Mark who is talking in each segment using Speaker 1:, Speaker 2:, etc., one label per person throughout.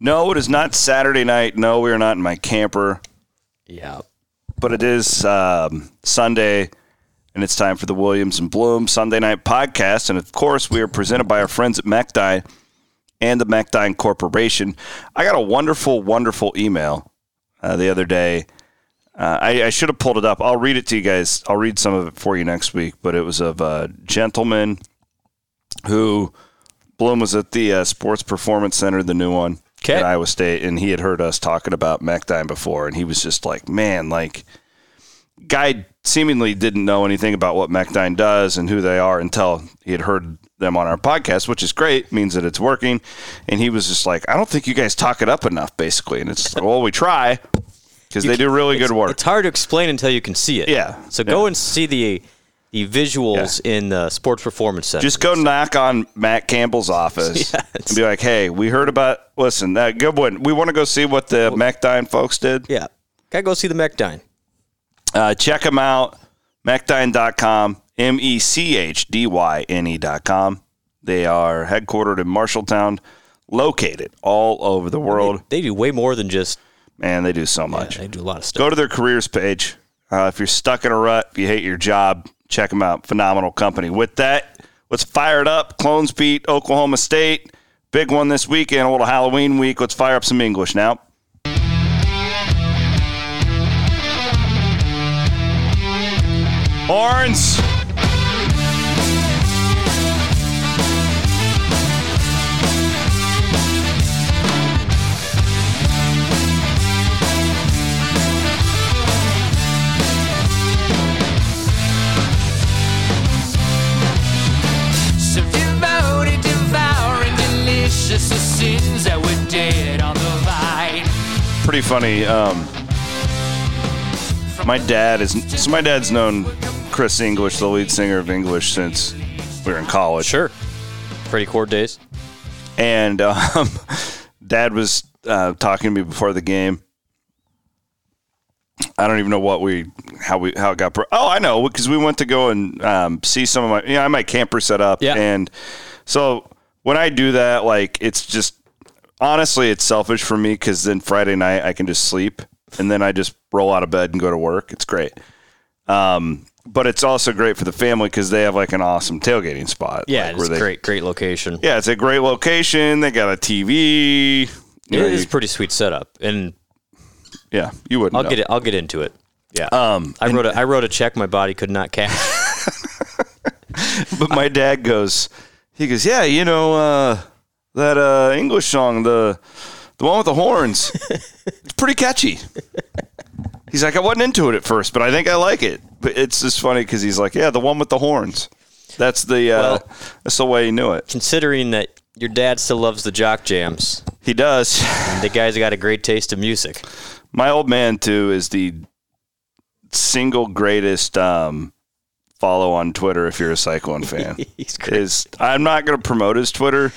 Speaker 1: No, it is not Saturday night. No, we are not in my camper,
Speaker 2: Yeah.
Speaker 1: but it is um, Sunday, and it's time for the Williams and Bloom Sunday Night Podcast. And of course, we are presented by our friends at MacDine and the MacDine Corporation. I got a wonderful, wonderful email uh, the other day. Uh, I, I should have pulled it up. I'll read it to you guys. I'll read some of it for you next week. But it was of a gentleman who Bloom was at the uh, Sports Performance Center, the new one
Speaker 2: Okay.
Speaker 1: at Iowa State, and he had heard us talking about MacDine before, and he was just like, "Man, like." Guy seemingly didn't know anything about what MacDine does and who they are until he had heard them on our podcast, which is great, means that it's working. And he was just like, I don't think you guys talk it up enough, basically. And it's like, well, we try because they do really good work.
Speaker 2: It's hard to explain until you can see it.
Speaker 1: Yeah.
Speaker 2: So go and see the the visuals in the Sports Performance Center.
Speaker 1: Just go knock on Matt Campbell's office and be like, "Hey, we heard about. Listen, uh, good one. We want to go see what the MacDine folks did.
Speaker 2: yeah. Gotta go see the MacDine.
Speaker 1: Uh, check them out. MacDyne.com, M E C H D Y N E.com. They are headquartered in Marshalltown, located all over the world,
Speaker 2: They do way more than just.
Speaker 1: and they do so much.
Speaker 2: They do a lot of stuff.
Speaker 1: go to their careers page. Uh, if you're stuck in a rut, if you hate your job, check them out. Phenomenal company. With that, let's fire it up. Clones beat Oklahoma State. Big one this weekend. A little Halloween week. Let's fire up some English now. Horns.
Speaker 3: Devoted, devouring, delicious the sins that were dead on the vine.
Speaker 1: Pretty funny. Um, my dad is so. My dad's known Chris English, the lead singer of English, since we were in college.
Speaker 2: Sure. Pretty Cord days.
Speaker 1: and um, dad was uh, talking to me before the game. I don't even know what we how we how it got. Bro- oh, I know because we went to go and um, see some of my. You know, I had my camper set up,
Speaker 2: Yeah.
Speaker 1: and so when I do that, like it's just honestly, it's selfish for me because then Friday night I can just sleep and then I just roll out of bed and go to work. It's great. Um, but it's also great for the family because they have like an awesome tailgating spot.
Speaker 2: Yeah,
Speaker 1: like,
Speaker 2: it's
Speaker 1: they
Speaker 2: great, great location.
Speaker 1: yeah, it's a great location. They got a TV. You know,
Speaker 2: it is
Speaker 1: you-
Speaker 2: pretty sweet setup, and
Speaker 1: yeah, you wouldn't.
Speaker 2: I'll
Speaker 1: know.
Speaker 2: get it. I'll get into it. Yeah.
Speaker 1: Um,
Speaker 2: I wrote a I wrote a check my body could not cash.
Speaker 1: but my dad goes, he goes, yeah, you know uh, that uh, English song, the the one with the horns. it's pretty catchy. He's like, I wasn't into it at first, but I think I like it. But it's just funny because he's like, yeah, the one with the horns. That's the uh,
Speaker 2: Well-
Speaker 1: that's the way he knew it.
Speaker 2: Considering that your dad still loves the jock jams,
Speaker 1: He does.
Speaker 2: and the guy's got a great taste in music.
Speaker 1: My old man too is the single greatest um, follow on Twitter if you're a Cyclone fan.
Speaker 2: He's great.
Speaker 1: is I'm not going to promote his Twitter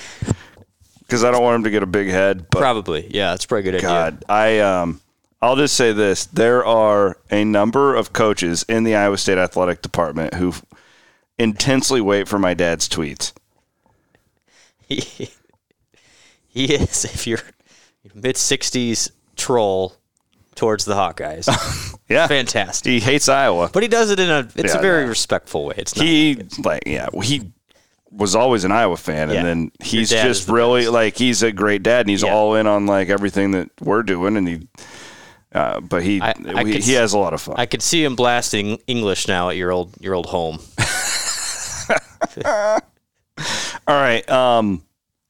Speaker 1: because I don't want him to get a big head. But
Speaker 2: Probably, yeah, that's probably a good idea.
Speaker 1: God, I um, I'll just say this: there are a number of coaches in the Iowa State athletic department who intensely wait for my dad's tweets.
Speaker 2: he, he is if you're mid sixties troll towards the Hawkeyes.
Speaker 1: Yeah,
Speaker 2: Fantastic.
Speaker 1: he hates Iowa.
Speaker 2: But he does it in a it's
Speaker 1: Yeah,
Speaker 2: a very
Speaker 1: no.
Speaker 2: respectful way. It's not
Speaker 1: he like yeah well, he was always an Iowa fan,
Speaker 2: Yeah.
Speaker 1: and then he's
Speaker 2: dad
Speaker 1: just
Speaker 2: is the
Speaker 1: really like he's a great dad, and he's
Speaker 2: Yeah.
Speaker 1: all in on like everything that we're doing, and he. Uh, but he
Speaker 2: I- I
Speaker 1: he,
Speaker 2: could
Speaker 1: he
Speaker 2: s-
Speaker 1: has a lot of fun.
Speaker 2: I could see him blasting English now at your old your old home.
Speaker 1: all right, um,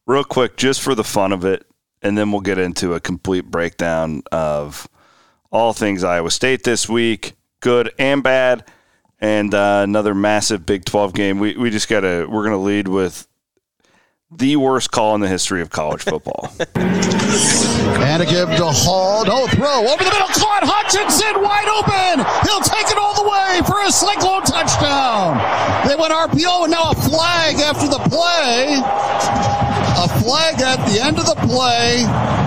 Speaker 1: real quick, just for the fun of it, and then we'll get into a complete breakdown of all things Iowa State this week, good and bad, and uh, another massive Big Twelve game. We we just gotta we're gonna lead with the worst call in the history of college football.
Speaker 4: And a give to Hall. No throw. Over the middle. Caught Hutchinson wide open. He'll take it all the way for a cyclone touchdown. They went RPO and now a flag after the play. A flag at the end of the play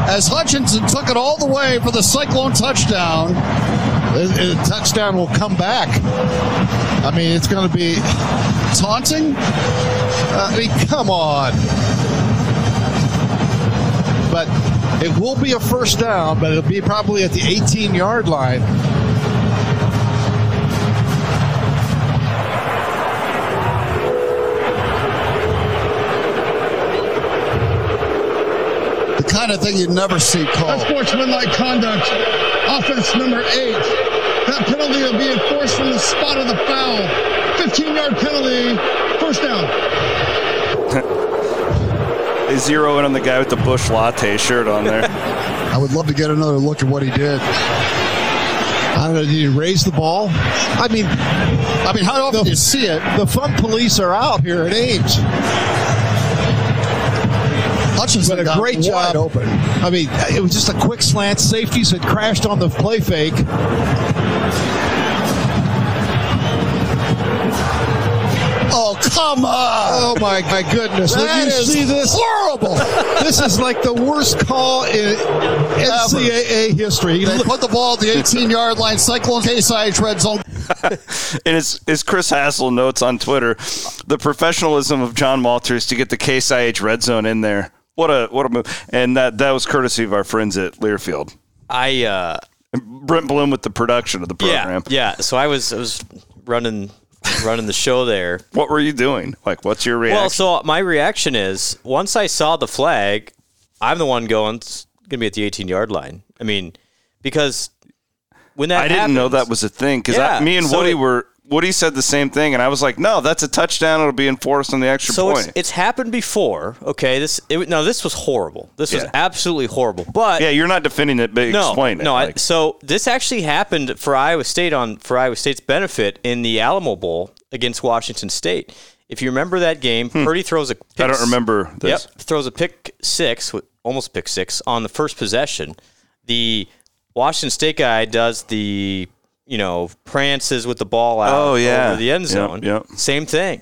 Speaker 4: as Hutchinson took it all the way for the cyclone touchdown. The the touchdown will come back. I mean, it's going to be taunting. I mean, come on. But It will be a first down, but it'll be probably at the 18 yard line. The kind of thing you never see called.
Speaker 5: Unsportsmanlike conduct. Offense number eight. That penalty will be enforced from the spot of the foul. 15 yard penalty. First down.
Speaker 1: They zero in on the guy with the Bush Latte shirt on there.
Speaker 4: I would love to get another look at what he did. I don't know. Did he raise the ball? I mean, I mean, how often do you see it? The fun police are out here at Ames. Hutchinson
Speaker 6: But a
Speaker 4: got
Speaker 6: great
Speaker 4: wide
Speaker 6: job.
Speaker 4: open.
Speaker 6: I mean, it was just a quick slant. Safeties had crashed on the play fake.
Speaker 4: Oh come on!
Speaker 6: Oh my, my goodness! Will
Speaker 4: That
Speaker 6: you
Speaker 4: is
Speaker 6: see this?
Speaker 4: horrible.
Speaker 6: This is like the worst call in NCAA history.
Speaker 4: they put the ball at the 18-yard line. Cyclone KSI red zone.
Speaker 1: and it's, it's Chris Hassel notes on Twitter the professionalism of John Walters to get the Case IH red zone in there. What a what a move! And that that was courtesy of our friends at Learfield.
Speaker 2: I uh,
Speaker 1: Brent Bloom with the production of the program.
Speaker 2: Yeah, yeah. So I was I was running running the show there.
Speaker 1: What were you doing? Like, what's your reaction?
Speaker 2: Well, so my reaction is once I saw the flag, I'm the one going. It's gonna be at the 18 yard line. I mean, because when that
Speaker 1: I didn't know that
Speaker 2: happens-
Speaker 1: was a thing because
Speaker 2: Yeah,
Speaker 1: me and
Speaker 2: so
Speaker 1: Woody
Speaker 2: it-
Speaker 1: were Woody said the same thing, and I was like, "No, that's a touchdown. It'll be enforced on the extra
Speaker 2: so
Speaker 1: point."
Speaker 2: it's, it's happened before. Okay, this it, now this was horrible. This was
Speaker 1: Yeah.
Speaker 2: absolutely horrible. But
Speaker 1: yeah, you're not defending it, but
Speaker 2: no,
Speaker 1: explain it.
Speaker 2: no. I-
Speaker 1: like-
Speaker 2: so this actually happened for Iowa State on for Iowa State's benefit in the Alamo Bowl against Washington State. If you remember that game, Purdy throws a. Pick
Speaker 1: Hmm. I don't remember this.
Speaker 2: Yep, throws a pick six, with- almost pick six on the first possession. The Washington State guy does the you know prances with the ball out
Speaker 1: Oh, yeah.
Speaker 2: over the end
Speaker 1: Yep,
Speaker 2: zone.
Speaker 1: yep.
Speaker 2: Same thing.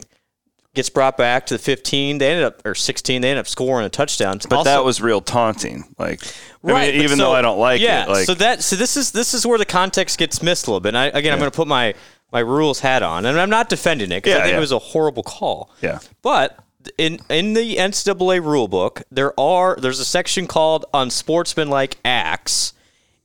Speaker 2: Gets brought back to the 15. They ended up or 16. They ended up scoring a touchdown.
Speaker 1: but
Speaker 2: Also-
Speaker 1: that was real taunting. Like, I
Speaker 2: Right,
Speaker 1: mean,
Speaker 2: but
Speaker 1: even
Speaker 2: so-
Speaker 1: though I don't like
Speaker 2: yeah,
Speaker 1: it, like
Speaker 2: so that so this is this is where the context gets missed a little bit. And I, again, I'm going to put my my rules hat on, and I'm not defending it because
Speaker 1: Yeah,
Speaker 2: I think
Speaker 1: yeah.
Speaker 2: it was a horrible call.
Speaker 1: Yeah.
Speaker 2: but in in the NCAA rulebook, there are there's a section called unsportsmanlike acts.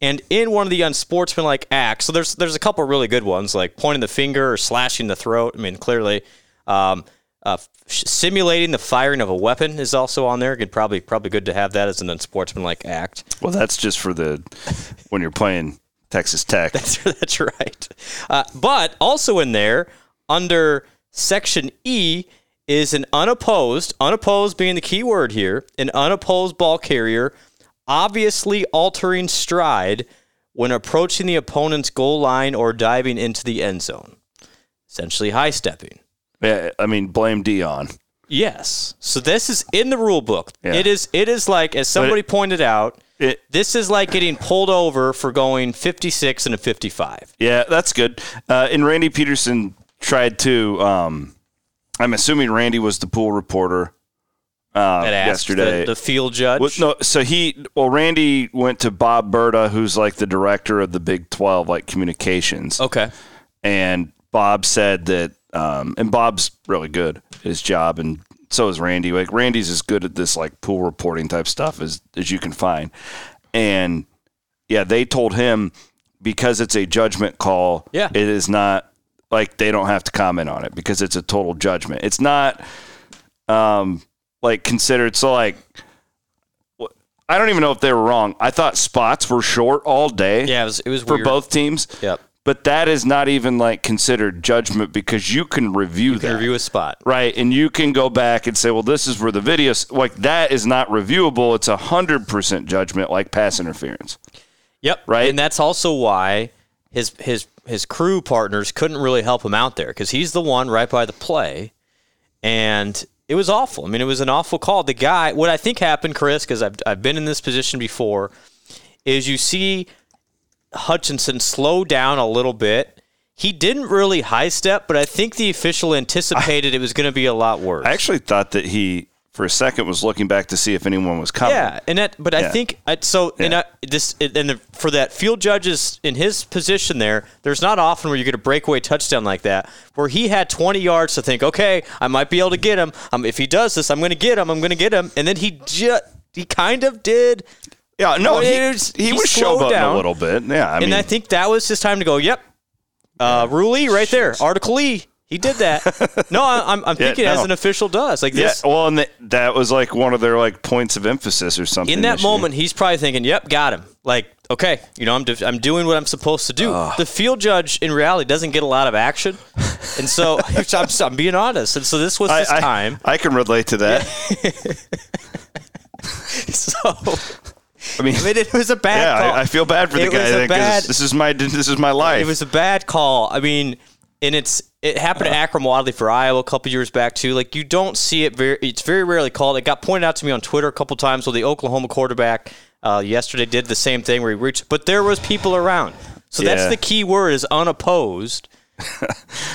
Speaker 2: And in one of the unsportsmanlike acts, so there's there's a couple really good ones like pointing the finger or slashing the throat. I mean, clearly, um, uh, f- simulating the firing of a weapon is also on there. Could probably probably good to have that as an unsportsmanlike act.
Speaker 1: well, that's just for the when you're playing Texas Tech.
Speaker 2: That's right. Uh, but also in there, under section E, is an unopposed, unopposed being the key word here, an unopposed ball carrier obviously altering stride when approaching the opponent's goal line or diving into the end zone. Essentially high stepping.
Speaker 1: yeah, I mean, blame Dion.
Speaker 2: Yes. So this is in the rule book.
Speaker 1: Yeah.
Speaker 2: It is it is like as somebody pointed out,
Speaker 1: It,
Speaker 2: this is like getting pulled over for going 56 and a 55.
Speaker 1: Yeah, that's good. Uh, and Randy Peterson tried to. Um, I'm assuming Randy was the pool reporter uh,
Speaker 2: that asked
Speaker 1: yesterday.
Speaker 2: the, the field judge.
Speaker 1: Well, no, so he well Randy went to Bob Berta, who's like the director of the Big Twelve, like communications,
Speaker 2: Okay.
Speaker 1: and Bob said that, um, and Bob's really good at his job, and so is Randy. Like Randy's as good at this like pool reporting type stuff as as you can find, and yeah, they told him because it's a judgment call.
Speaker 2: Yeah.
Speaker 1: it is not like they don't have to comment on it because it's a total judgment. It's not um like considered so like wh- I don't even know if they were wrong. I thought spots were short all day
Speaker 2: Yeah, it was it was
Speaker 1: for
Speaker 2: weird.
Speaker 1: both teams.
Speaker 2: Yep.
Speaker 1: But that is not even like considered judgment because you can review that.
Speaker 2: interview a spot.
Speaker 1: right. And you can go back and say, well, this is where the videos like that is not reviewable. It's a hundred percent judgment like pass interference.
Speaker 2: Yep.
Speaker 1: Right.
Speaker 2: And that's also why his his his crew partners couldn't really help him out there because he's the one right by the play, and it was awful. I mean, it was an awful call. The guy, what I think happened, Chris, because I've I've been in this position before, is you see Hutchinson slow down a little bit. He didn't really high step, but I think the official anticipated it was going to be a lot worse.
Speaker 1: I actually thought that he for a second was looking back to see if anyone was coming.
Speaker 2: Yeah, and that, but I
Speaker 1: Yeah.
Speaker 2: think I, so. And I, this, and the, for that field judges in his position there, there's not often where you get a breakaway touchdown like that, where he had 20 yards to think, okay, I might be able to get him. Um, if he does this, I'm going to get him. I'm going to get him, and then he just he kind of did.
Speaker 1: Yeah, no,
Speaker 2: Well,
Speaker 1: he,
Speaker 2: it was-
Speaker 1: he
Speaker 2: he
Speaker 1: was
Speaker 2: slowed
Speaker 1: showboating
Speaker 2: down.
Speaker 1: a little bit. Yeah, I
Speaker 2: and
Speaker 1: mean,
Speaker 2: I think that was his time to go. Yep, uh, Rule E right there, Article E. He did that. no, I, I'm, I'm
Speaker 1: Yeah,
Speaker 2: thinking as
Speaker 1: no.
Speaker 2: an official does like
Speaker 1: yeah.
Speaker 2: this.
Speaker 1: Well, and that, that was like one of their like points of emphasis or something.
Speaker 2: in that
Speaker 1: this year.
Speaker 2: moment, he's probably thinking, "Yep, got him." Like, okay, you know, I'm def- I'm doing what I'm supposed to do. The field judge in reality doesn't get a lot of action, and so I'm, I'm being honest. And so this was his
Speaker 1: I, I,
Speaker 2: time.
Speaker 1: I can relate to that.
Speaker 2: So
Speaker 1: I mean,
Speaker 2: I mean, it was a bad.
Speaker 1: yeah,
Speaker 2: call.
Speaker 1: I, I feel bad for the
Speaker 2: It
Speaker 1: guy.
Speaker 2: was a
Speaker 1: then, 'cause
Speaker 2: bad-
Speaker 1: this is my this is my life.
Speaker 2: It was a bad call. I mean, and it's it happened to Akram Wadley for Iowa a couple years back too. Like you don't see it very. It's very rarely called. It got pointed out to me on Twitter a couple times. Well, the Oklahoma quarterback uh, yesterday did the same thing where he reached, but there was people around. So
Speaker 1: Yeah.
Speaker 2: that's the key word is unopposed.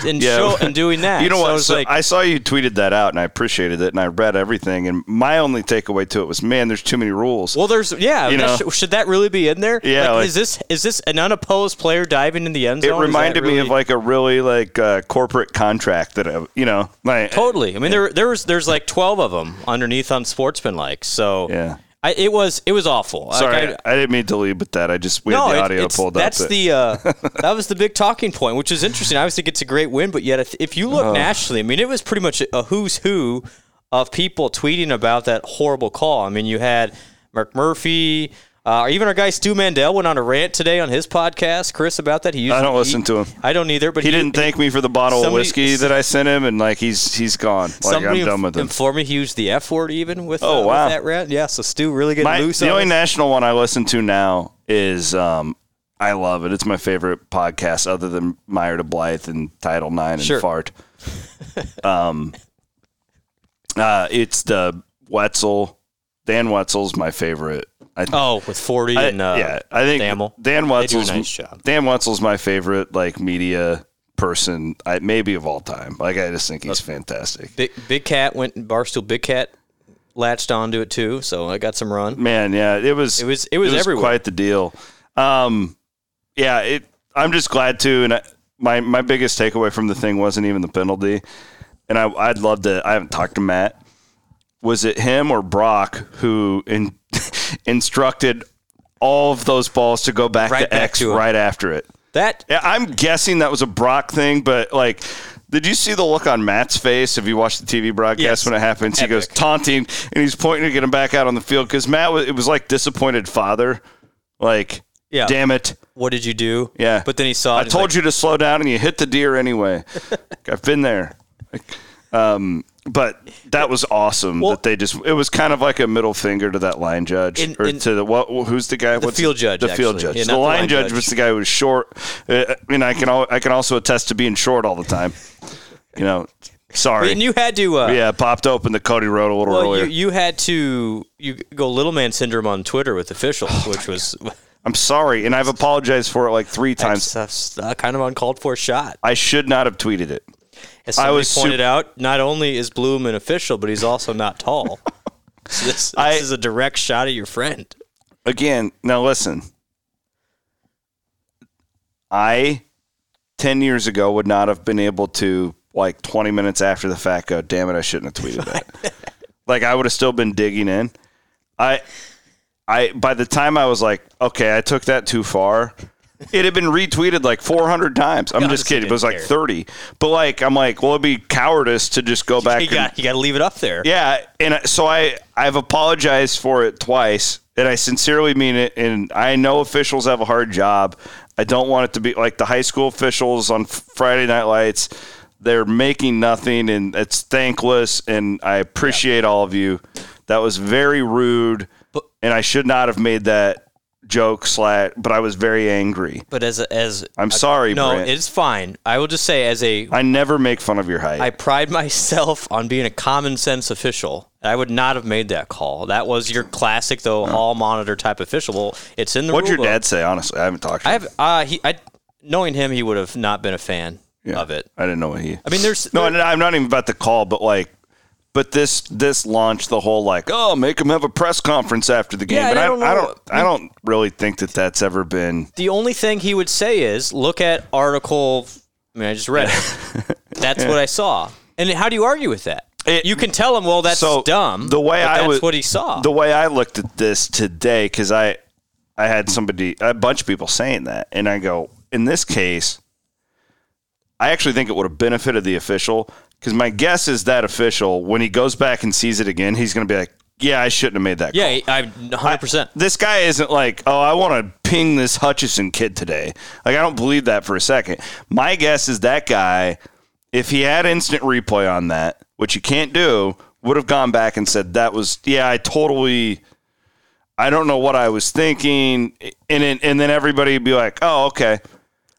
Speaker 2: And
Speaker 1: Yeah.
Speaker 2: show and doing that.
Speaker 1: You know
Speaker 2: So I
Speaker 1: what?
Speaker 2: was
Speaker 1: So
Speaker 2: like,
Speaker 1: I saw you tweeted that out, and I appreciated it, and I read everything. And my only takeaway to it was, man, there's too many rules.
Speaker 2: well, there's yeah.
Speaker 1: You
Speaker 2: that
Speaker 1: know.
Speaker 2: sh- should that really be in there?
Speaker 1: Yeah,
Speaker 2: Like,
Speaker 1: like-
Speaker 2: is this is this an unopposed player diving in the end
Speaker 1: it
Speaker 2: zone? Is that
Speaker 1: reminded me of
Speaker 2: really-
Speaker 1: like a really like uh, corporate contract that I, you know, like
Speaker 2: Totally. I mean, there there was there's like twelve of them underneath on Sportsman like. So
Speaker 1: Yeah.
Speaker 2: I, it was it was awful.
Speaker 1: Sorry,
Speaker 2: Like, I-
Speaker 1: I, didn't mean to leave with that. I just we
Speaker 2: no,
Speaker 1: had the
Speaker 2: it-
Speaker 1: audio
Speaker 2: it's,
Speaker 1: pulled
Speaker 2: that's
Speaker 1: up. but-
Speaker 2: the uh, that was the big talking point, which is interesting. I always think it's a great win, but yet if, if you look nationally, I mean, it was pretty much a who's who of people tweeting about that horrible call. I mean, you had Mark Murphy. Uh, even our guy Stu Mandel went on a rant today on his podcast, Chris, about that. He used,
Speaker 1: I don't
Speaker 2: he-
Speaker 1: listen to him.
Speaker 2: I don't either. But
Speaker 1: he didn't thank me for the bottle
Speaker 2: somebody-
Speaker 1: of whiskey that I sent him, and like he's he's gone. Like
Speaker 2: Somebody
Speaker 1: I'm done with him.
Speaker 2: informed me he used the F word even with,
Speaker 1: Oh,
Speaker 2: uh, with
Speaker 1: wow.
Speaker 2: that rant. Yeah, so Stu really getting
Speaker 1: My,
Speaker 2: loose
Speaker 1: the
Speaker 2: on
Speaker 1: only
Speaker 2: us.
Speaker 1: national one I listen to now is um, I love it. It's my favorite podcast other than Meyer to Blythe and Title Nine
Speaker 2: Sure.
Speaker 1: and Fart. um, uh, it's the Wetzel. Dan Wetzel's my favorite. I,
Speaker 2: Oh, with 40
Speaker 1: I-
Speaker 2: and uh,
Speaker 1: yeah, I think
Speaker 2: Dammel.
Speaker 1: Dan Wetzel's
Speaker 2: nice job.
Speaker 1: Dan Wetzel's my favorite like media person, I, maybe of all time. Like I just think
Speaker 2: Uh,
Speaker 1: he's fantastic.
Speaker 2: Big, Big Cat went Barstool Big Cat latched onto it too, so I got some run.
Speaker 1: man yeah it was
Speaker 2: It was- it was everywhere.
Speaker 1: quite the deal um yeah it i'm just glad to and I, my my biggest takeaway from the thing wasn't even the penalty and i i'd love to i haven't talked to matt was it him or brock who in, instructed all of those balls to go back
Speaker 2: Right
Speaker 1: to
Speaker 2: back
Speaker 1: x
Speaker 2: to him.
Speaker 1: right after it
Speaker 2: That
Speaker 1: yeah, i'm guessing that was a brock thing but like did you see the look on Matt's face if you watched the TV broadcast
Speaker 2: Yes.
Speaker 1: when it happened? happens. He goes
Speaker 2: Epic.
Speaker 1: taunting and he's pointing to get him back out on the field because Matt was, it was like disappointed father, like
Speaker 2: Yeah.
Speaker 1: damn it,
Speaker 2: what did you do?
Speaker 1: yeah.
Speaker 2: but then he saw. It
Speaker 1: I told you to slow down and you hit the deer anyway. I've been there. Like, um, but that was awesome
Speaker 2: Well-
Speaker 1: that they just it was kind of like a middle finger to that line judge
Speaker 2: In-
Speaker 1: or
Speaker 2: in-
Speaker 1: to the what who's the guy the
Speaker 2: field judge,
Speaker 1: the field
Speaker 2: actually.
Speaker 1: judge
Speaker 2: Yeah,
Speaker 1: the,
Speaker 2: not the
Speaker 1: line,
Speaker 2: line
Speaker 1: judge,
Speaker 2: judge.
Speaker 1: was the guy who was short uh, I mean I can al- I can also attest to being short all the time you know sorry
Speaker 2: and you had to. Uh,
Speaker 1: yeah, popped open the Cody Road a little
Speaker 2: Well,
Speaker 1: earlier.
Speaker 2: you, you had to you go little man syndrome on Twitter with officials,
Speaker 1: Oh,
Speaker 2: which was
Speaker 1: I'm sorry, and I've apologized for it like three times.
Speaker 2: that's, uh, kind of uncalled for shot.
Speaker 1: I should not have tweeted it.
Speaker 2: As
Speaker 1: I
Speaker 2: somebody
Speaker 1: was su-
Speaker 2: pointed out, not only is Bloom an official, but he's also not tall. so this, this
Speaker 1: I-
Speaker 2: is a direct shot at your friend.
Speaker 1: Again, now listen. I, 10 years ago, would not have been able to, like 20 minutes after the fact, go, damn it, I shouldn't have tweeted that. like, I would have still been digging in. I, I, by the time I was like, okay, I took that too far, it had been retweeted like 400 times. I'm just
Speaker 2: Honestly,
Speaker 1: kidding. It was like
Speaker 2: didn't
Speaker 1: 30. But, like, I'm like, well, it'd be cowardice to just go back
Speaker 2: You
Speaker 1: and
Speaker 2: got you got to leave it up there.
Speaker 1: Yeah, and I- so I I've apologized for it twice, and I sincerely mean it. And I know officials have a hard job. I don't want it to be like the high school officials on Friday Night Lights. They're making nothing, and it's thankless. And I appreciate all of you. That was very rude, and I should not have made that joke. Slat, but I was very angry.
Speaker 2: But as a, as
Speaker 1: I'm sorry,
Speaker 2: no,
Speaker 1: Brent.
Speaker 2: it's fine. I will just say as a
Speaker 1: I never make fun of your height.
Speaker 2: I pride myself on being a common sense official. I would not have made that call. That was your classic though hall monitor type official. Well, it's in the
Speaker 1: What'd your
Speaker 2: rule book.
Speaker 1: dad say? Honestly, I haven't talked. to
Speaker 2: uh, I
Speaker 1: him.
Speaker 2: have uh he I knowing him he would have not been a fan
Speaker 1: Yeah.
Speaker 2: of it.
Speaker 1: I didn't know what he.
Speaker 2: I mean, there's-
Speaker 1: no.
Speaker 2: there-
Speaker 1: and I'm not even about the call, but like, but this this launched the whole like, oh, make him have a press conference after the game.
Speaker 2: Yeah,
Speaker 1: but
Speaker 2: and I
Speaker 1: I,
Speaker 2: don't
Speaker 1: I
Speaker 2: know.
Speaker 1: don't I don't really think that that's ever been.
Speaker 2: The only thing he would say is look at article I mean I just read it. That's what I saw. And how do you argue with that?
Speaker 1: It-
Speaker 2: you can tell him, well, that's
Speaker 1: so
Speaker 2: dumb.
Speaker 1: The way
Speaker 2: but
Speaker 1: I
Speaker 2: that's
Speaker 1: was,
Speaker 2: what he saw.
Speaker 1: The way I looked at this today, because I, I had somebody, a bunch of people saying that, and I go, in this case, I actually think it would have benefited the official because my guess is that official, when he goes back and sees it again, he's going to be like, yeah, I shouldn't have made that.
Speaker 2: yeah, I 100. percent
Speaker 1: This guy isn't like, oh, I want to ping this Hutchison kid today. Like, I don't believe that for a second. My guess is that guy, if he had instant replay on that, which you can't do, would have gone back and said, that was, yeah, I totally, I don't know what I was thinking. And, then- and then everybody would be like, oh, okay.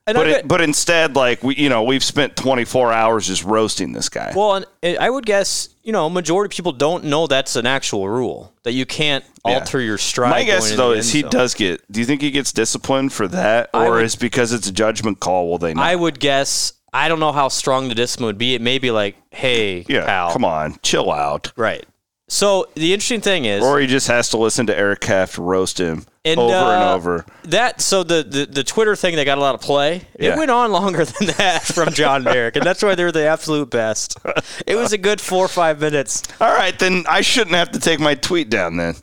Speaker 2: And
Speaker 1: But,
Speaker 2: I
Speaker 1: it,
Speaker 2: bet-
Speaker 1: but instead, like, we, you know, we've spent 24 hours just roasting this guy.
Speaker 2: well, and it- I would guess you know majority of people don't know that's an actual rule that you can't
Speaker 1: Yeah.
Speaker 2: alter your stride.
Speaker 1: My guess
Speaker 2: going
Speaker 1: though
Speaker 2: into the
Speaker 1: is
Speaker 2: end
Speaker 1: he
Speaker 2: zone.
Speaker 1: does get. Do you think he gets disciplined for that, or
Speaker 2: would-
Speaker 1: is because it's a judgment call? Will they? Not?
Speaker 2: I would guess. I don't know how strong the discipline would be. It may be like, hey,
Speaker 1: yeah,
Speaker 2: pal.
Speaker 1: come on, chill out.
Speaker 2: Right. So the interesting thing is
Speaker 1: Or he just has to listen to Eric Kraft roast him
Speaker 2: And,
Speaker 1: over
Speaker 2: uh,
Speaker 1: and over.
Speaker 2: that. So the, the the Twitter thing that got a lot of play.
Speaker 1: Yeah.
Speaker 2: It went on longer than that from John Merrick, and that's why they're the absolute best. It was a good four or five minutes.
Speaker 1: All right, then I shouldn't have to take my tweet down. Then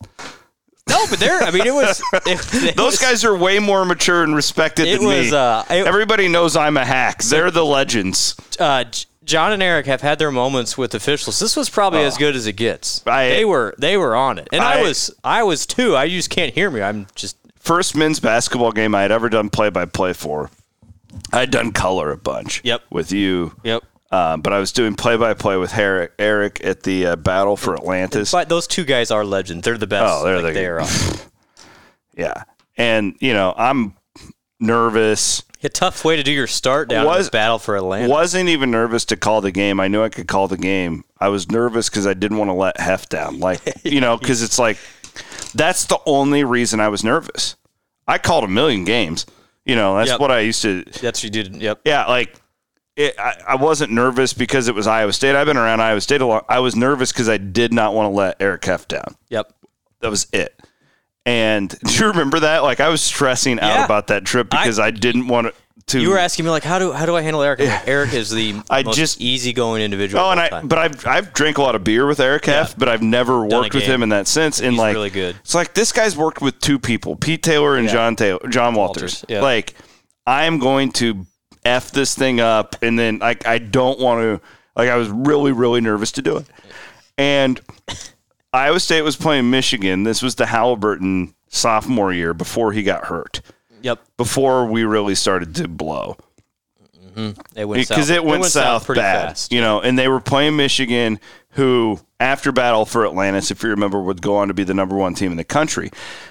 Speaker 2: No, but there. I mean, it was. It, it
Speaker 1: those
Speaker 2: was-
Speaker 1: guys are way more mature and respected
Speaker 2: It
Speaker 1: than
Speaker 2: was.
Speaker 1: me.
Speaker 2: Uh, it-
Speaker 1: Everybody knows I'm a hack. They're the legends.
Speaker 2: uh, J- John and Eric have had their moments with officials. This was probably as good as it gets.
Speaker 1: Oh. I-
Speaker 2: they were they were on it, and I,
Speaker 1: I-
Speaker 2: was I was too. I just can't hear me. I'm just
Speaker 1: First men's basketball game I had ever done play by play for. I'd done color a bunch.
Speaker 2: Yep.
Speaker 1: With you.
Speaker 2: yep.
Speaker 1: Um, but I was doing play by play with Her- Eric at the uh, Battle for Atlantis.
Speaker 2: But those two guys are legends. They're the best.
Speaker 1: Oh, they're the-
Speaker 2: they are. on-
Speaker 1: yeah. And, you know, I'm nervous.
Speaker 2: A tough way to do your start down in
Speaker 1: Was-
Speaker 2: this battle for Atlanta.
Speaker 1: Wasn't even nervous to call the game. I knew I could call the game. I was nervous because I didn't want to let Hef down. Like, you know, because it's like, that's the only reason I was nervous. I called a million games. You know, that's
Speaker 2: Yep.
Speaker 1: what I used to.
Speaker 2: That's what you did. Yep.
Speaker 1: Yeah, like it, I, I wasn't nervous because it was Iowa State. I've been around Iowa State a lot. I was nervous because I did not want to let Eric Hef down.
Speaker 2: Yep.
Speaker 1: That was it. And do you remember that? Like I was stressing out
Speaker 2: Yeah.
Speaker 1: about that trip because I, didn't want to.
Speaker 2: You were asking me like, how do how do I handle Eric? I'm like, Eric is the
Speaker 1: I
Speaker 2: most
Speaker 1: just-
Speaker 2: easygoing individual.
Speaker 1: Oh,
Speaker 2: of
Speaker 1: and
Speaker 2: all
Speaker 1: I,
Speaker 2: time.
Speaker 1: but I've I've drank a lot of beer with Eric Heff, but I've never
Speaker 2: a
Speaker 1: worked with
Speaker 2: game.
Speaker 1: him in that sense. And
Speaker 2: He's
Speaker 1: like,
Speaker 2: really good.
Speaker 1: It's like this guy's worked with two people, Pete Taylor and John Taylor, John Walters.
Speaker 2: Walters, yeah.
Speaker 1: Like, I am going to f this thing up, and then like I don't want to. Like I was really really nervous to do it, and Iowa State was playing Michigan. This was the Halliburton sophomore year before he got hurt.
Speaker 2: yep,
Speaker 1: Before we really started to blow
Speaker 2: it went south.
Speaker 1: because it went, south,
Speaker 2: pretty
Speaker 1: bad,
Speaker 2: fast.
Speaker 1: you know. And they were playing Michigan, who after battle for Atlantis, if you remember, would go on to be the number one team in the country.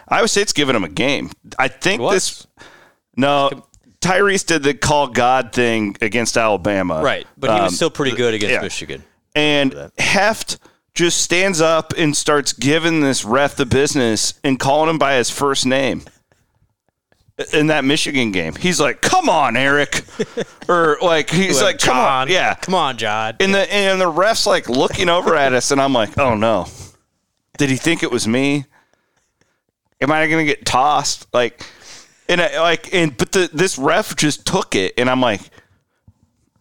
Speaker 1: Iowa State's giving them a game. I think
Speaker 2: was.
Speaker 1: this. No, Tyrese did the call God thing against Alabama,
Speaker 2: Right, but he
Speaker 1: Um,
Speaker 2: was still pretty good against
Speaker 1: yeah.
Speaker 2: Michigan.
Speaker 1: and Heft just stands up and starts giving this ref the business and calling him by his first name in that Michigan game. He's like, "Come on, Eric," or like he's like, "Come on, yeah."
Speaker 2: come on, John.
Speaker 1: And the and the refs like looking over at us, and I'm like, "Oh no, did he think it was me? Am I going to get tossed?" Like, and I, like and but the this ref just took it, and I'm like.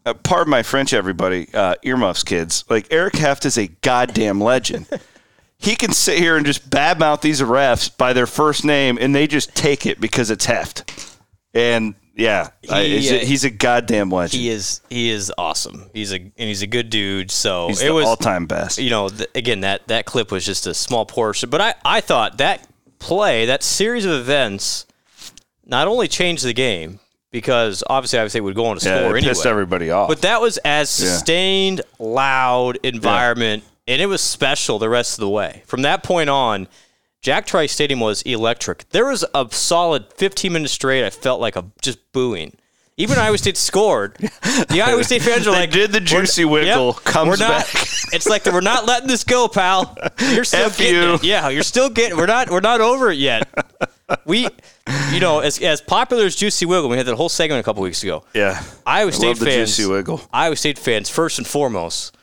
Speaker 1: Uh, pardon my French, everybody. Uh, earmuffs, kids. Like Eric Heft is a goddamn legend. he can sit here and just badmouth these refs by their first name, and they just take it because it's Heft. And yeah, I-
Speaker 2: He,
Speaker 1: he's, a,
Speaker 2: uh,
Speaker 1: he's a goddamn legend.
Speaker 2: He is he is awesome. He's a and he's a good dude. So
Speaker 1: he's
Speaker 2: it
Speaker 1: the
Speaker 2: was
Speaker 1: all-time best.
Speaker 2: you know th- again that that clip was just a small portion, but I I thought that play that series of events not only changed the game because obviously I would say would go on to score
Speaker 1: Yeah, it
Speaker 2: anyway.
Speaker 1: pissed everybody off.
Speaker 2: But that was as sustained, loud environment, and it was special the rest of the way. From that point on, Jack Trice Stadium was electric. There was a solid 15 minutes straight. I felt like a just booing. Even Iowa State scored. The Iowa State fans are
Speaker 1: They
Speaker 2: like,
Speaker 1: did the
Speaker 2: "We're-
Speaker 1: juicy wiggle, comes
Speaker 2: we're not,
Speaker 1: back."
Speaker 2: It's like the, we're not letting this go, pal. You're still
Speaker 1: F
Speaker 2: getting
Speaker 1: you.
Speaker 2: it. Yeah, you're still getting. We're not. We're not over it yet. We, you know, as as popular as Juicy Wiggle, we had that whole segment a couple weeks ago.
Speaker 1: Yeah.
Speaker 2: Iowa State
Speaker 1: love the
Speaker 2: fans.
Speaker 1: juicy wiggle.
Speaker 2: Iowa State fans, first and foremost,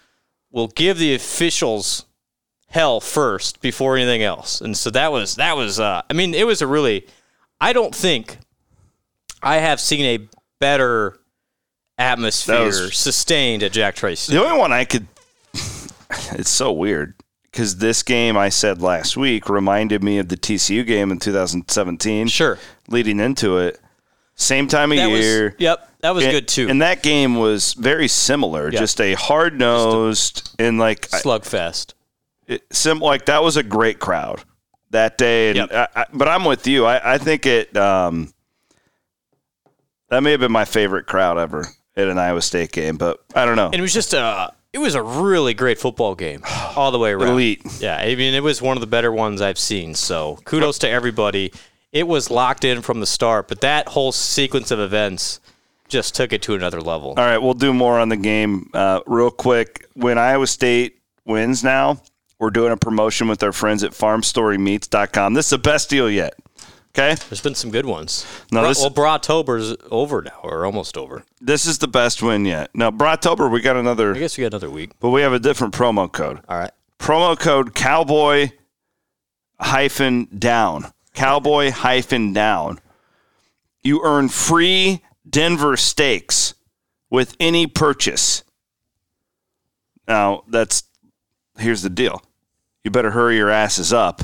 Speaker 2: will give the officials hell first before anything else. And so that was that was. Uh, I mean, it was a really. I don't think I have seen a better atmosphere
Speaker 1: was-
Speaker 2: sustained at Jack Tracy.
Speaker 1: The only one I could it's so weird because this game I said last week reminded me of the TCU game in 2017.
Speaker 2: Sure.
Speaker 1: Leading into it, same time of
Speaker 2: That was-
Speaker 1: year.
Speaker 2: yep, that was
Speaker 1: And-
Speaker 2: good too.
Speaker 1: And that game was very similar,
Speaker 2: Yeah.
Speaker 1: just a hard nosed and like I-
Speaker 2: Slugfest.
Speaker 1: it, sim, like that was a great crowd that day. And
Speaker 2: Yep.
Speaker 1: I, I, but I'm with you. I, I think it. Um, that may have been my favorite crowd ever at an Iowa State game, but I don't know.
Speaker 2: And it was just a it was a really great football game all the way around.
Speaker 1: Elite.
Speaker 2: Yeah, I mean it was one of the better ones I've seen. So kudos to everybody. It was locked in from the start, but that whole sequence of events just took it to another level.
Speaker 1: All right, we'll do more on the game uh, real quick. When Iowa State wins now, we're doing a promotion with our friends at FarmStoryMeats.com. This is the best deal yet. Okay,
Speaker 2: There's been some good ones.
Speaker 1: No,
Speaker 2: Bra-
Speaker 1: this-
Speaker 2: well, Bratober's over now, or almost over.
Speaker 1: this is the best win yet. Now, Bratober, we got
Speaker 2: I
Speaker 1: another,
Speaker 2: guess we got another week.
Speaker 1: but we have a different promo code.
Speaker 2: All right.
Speaker 1: promo code cowboy hyphen down cowboy hyphen down you earn free denver steaks with any purchase now that's here's the deal you better hurry your asses up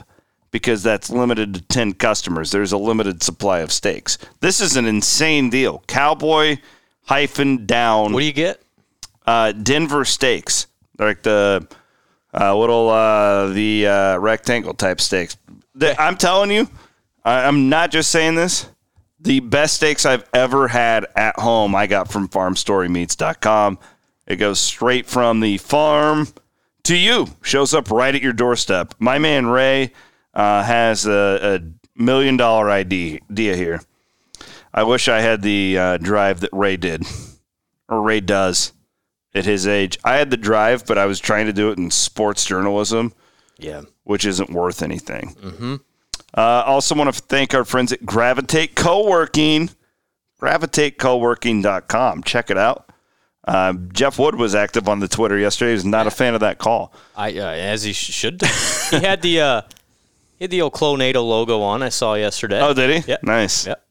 Speaker 1: because that's limited to 10 customers there's a limited supply of steaks this is an insane deal cowboy hyphen down
Speaker 2: What do you get?
Speaker 1: uh, Denver steaks, like the uh, little uh, the uh, rectangle type steaks. The- I'm telling you, I, I'm not just saying this. The best steaks I've ever had at home, I got from FarmStoryMeats.com. It goes straight from the farm to you. Shows up right at your doorstep. My man Ray uh, has a, a million dollar ID idea here. I wish I had the uh, drive that Ray did, or Ray does at his age. I had the drive, but I was trying to do it in sports journalism,
Speaker 2: Yeah.
Speaker 1: which isn't worth anything. Mm-hmm. Uh, also, want to thank our friends at Gravitate Coworking, gravitatecoworking.com. Check it out. Uh, Jeff Wood was active on the Twitter yesterday. He was not a fan of that call.
Speaker 2: I uh, as he sh- should. do. he had the uh, he had the old Clonado logo on. I saw yesterday.
Speaker 1: Oh, did he?
Speaker 2: Yep.
Speaker 1: Nice.
Speaker 2: Yep.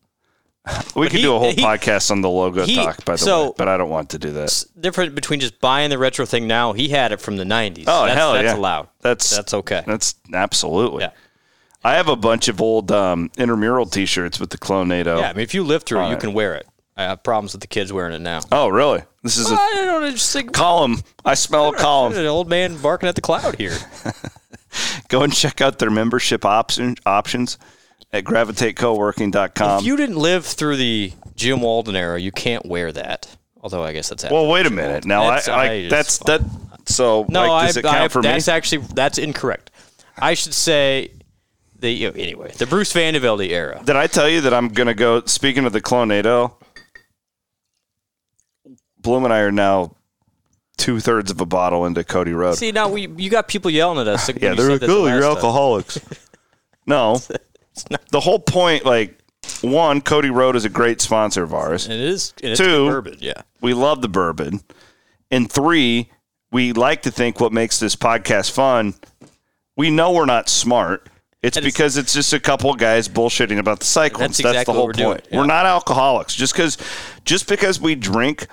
Speaker 1: We could
Speaker 2: he-
Speaker 1: do a whole
Speaker 2: he-
Speaker 1: podcast on the logo
Speaker 2: he-
Speaker 1: talk, by the
Speaker 2: so-
Speaker 1: way, but I don't want to do that.
Speaker 2: different between just buying the retro thing now. He had it from the '90s.
Speaker 1: Oh,
Speaker 2: that's,
Speaker 1: hell
Speaker 2: that's
Speaker 1: yeah.
Speaker 2: allowed.
Speaker 1: That's
Speaker 2: That's okay.
Speaker 1: That's absolutely.
Speaker 2: Yeah.
Speaker 1: I have a bunch of old um, intramural T-shirts with the Clonado.
Speaker 2: yeah, I mean, if you live through it, you
Speaker 1: Alright.
Speaker 2: can wear it. I have problems with the kids wearing it now.
Speaker 1: Oh, really? This is a
Speaker 2: I don't know. Just like
Speaker 1: column. I smell a column.
Speaker 2: an old man barking at the cloud here.
Speaker 1: Go and check out their membership option, options at gravitatecoworking.com.
Speaker 2: if you didn't live through the Jim Walden era, you can't wear that. Although I guess that's
Speaker 1: well, wait a minute. Now, I,
Speaker 2: That's- I
Speaker 1: I,
Speaker 2: just-
Speaker 1: that's that. So,
Speaker 2: no.
Speaker 1: like, does
Speaker 2: I,
Speaker 1: it count
Speaker 2: I-
Speaker 1: for me?
Speaker 2: that's actually that's incorrect. I should say the you know, anyway the Bruce Vanderbilt era.
Speaker 1: Did I tell you that I'm going to go? Speaking of the Clonado, Bloom and I are now two thirds of a bottle into Cody Road.
Speaker 2: See now we you got people yelling at us.
Speaker 1: yeah, they're like,
Speaker 2: cool.
Speaker 1: oh, you're alcoholics. no. The whole point, like, one, Cody Road is a great sponsor of ours.
Speaker 2: And it is and it's
Speaker 1: Two.
Speaker 2: bourbon. Yeah.
Speaker 1: We love the bourbon. And three, we like to think what makes this podcast fun. We know we're not smart. It's
Speaker 2: And it's-
Speaker 1: because it's just a couple guys bullshitting about the cyclones. That's,
Speaker 2: That's exactly
Speaker 1: the whole
Speaker 2: what we're
Speaker 1: point.
Speaker 2: doing,
Speaker 1: We're
Speaker 2: yeah.
Speaker 1: not alcoholics. Just because, just because we drink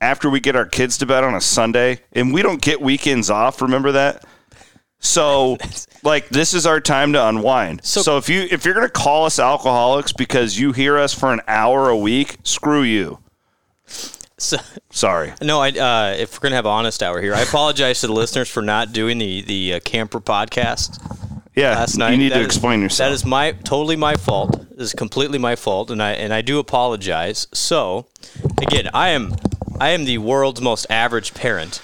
Speaker 1: after we get our kids to bed on a Sunday, and we don't get weekends off. Remember that. So, like, this is our time to unwind. So,
Speaker 2: So-
Speaker 1: if you if you're gonna call us alcoholics because you hear us for an hour a week, screw you.
Speaker 2: So
Speaker 1: Sorry.
Speaker 2: no, I uh, if we're gonna have honest hour here, I apologize to the listeners for not doing the the uh, camper podcast
Speaker 1: Yeah,
Speaker 2: last night.
Speaker 1: You need
Speaker 2: That
Speaker 1: to
Speaker 2: is-
Speaker 1: explain yourself.
Speaker 2: That is my totally my fault. This is completely my fault, and I and I do apologize. So again, I am I am the world's most average parent.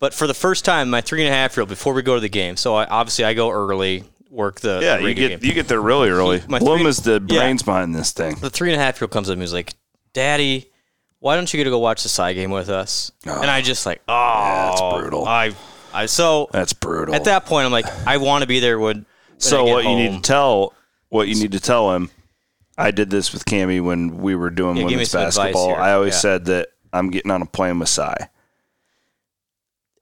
Speaker 2: But for the first time, my three and a half year old before we go to the game. So I, obviously I go early, work the
Speaker 1: yeah,
Speaker 2: the
Speaker 1: you
Speaker 2: radio
Speaker 1: get
Speaker 2: game.
Speaker 1: you get there really early.
Speaker 2: my
Speaker 1: Bloom
Speaker 2: three-
Speaker 1: is the
Speaker 2: yeah.
Speaker 1: brains behind this thing.
Speaker 2: the three and a half year old comes up and he's like, Daddy, why don't you get to go watch the side game with us? and I just like, oh,
Speaker 1: that's Ah, brutal.
Speaker 2: I, I so
Speaker 1: That's brutal.
Speaker 2: at that point I'm like, I want to be there when. when
Speaker 1: so
Speaker 2: I get
Speaker 1: what you need
Speaker 2: home.
Speaker 1: to tell what you need to tell him. I did this with Cami when we were doing
Speaker 2: Yeah, give me
Speaker 1: women's
Speaker 2: some advice
Speaker 1: basketball.
Speaker 2: here.
Speaker 1: I always
Speaker 2: Yeah.
Speaker 1: said that I'm getting on a plane with Sai.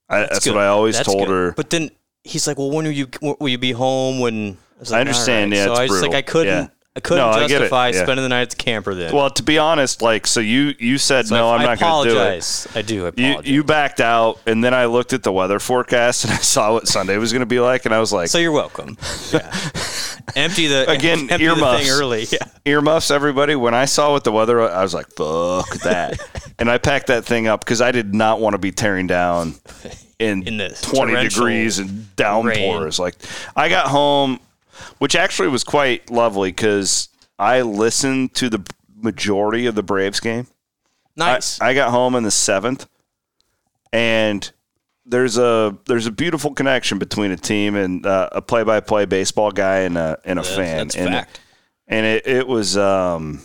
Speaker 1: I, that's
Speaker 2: good.
Speaker 1: what I always
Speaker 2: That's
Speaker 1: told
Speaker 2: good.
Speaker 1: her.
Speaker 2: But then he's like, well, when will you when will you be home? When was like,
Speaker 1: I understand.
Speaker 2: all
Speaker 1: Yeah,
Speaker 2: so
Speaker 1: it's
Speaker 2: I was just
Speaker 1: brutal.
Speaker 2: like, I couldn't.
Speaker 1: Yeah.
Speaker 2: I couldn't
Speaker 1: No, I get it.
Speaker 2: justify
Speaker 1: Yeah.
Speaker 2: spending the night at the camper then.
Speaker 1: Well, to be honest, like so you you said
Speaker 2: So
Speaker 1: no,
Speaker 2: I,
Speaker 1: I'm
Speaker 2: I
Speaker 1: not going to do it.
Speaker 2: apologize. I do. I
Speaker 1: You,
Speaker 2: apologize.
Speaker 1: you backed out, and then I looked at the weather forecast and I saw what Sunday was going to be like, and I was like,
Speaker 2: so you're welcome. Yeah. empty the
Speaker 1: Again,
Speaker 2: empty the thing
Speaker 1: earmuffs.
Speaker 2: early. Yeah.
Speaker 1: earmuffs, everybody. When I saw what the weather, wa- I was like, fuck that, and I packed that thing up because I did not want to be tearing down in,
Speaker 2: In the
Speaker 1: 20
Speaker 2: torrential
Speaker 1: degrees and downpours. Like I got home, which actually was quite lovely because I listened to the majority of the Braves game. I-
Speaker 2: Nice.
Speaker 1: I, got home in the seventh, and there's a there's a beautiful connection between a team and uh, a play by play baseball guy and a and a fan.
Speaker 2: that's
Speaker 1: and
Speaker 2: fact.
Speaker 1: and it, it was um,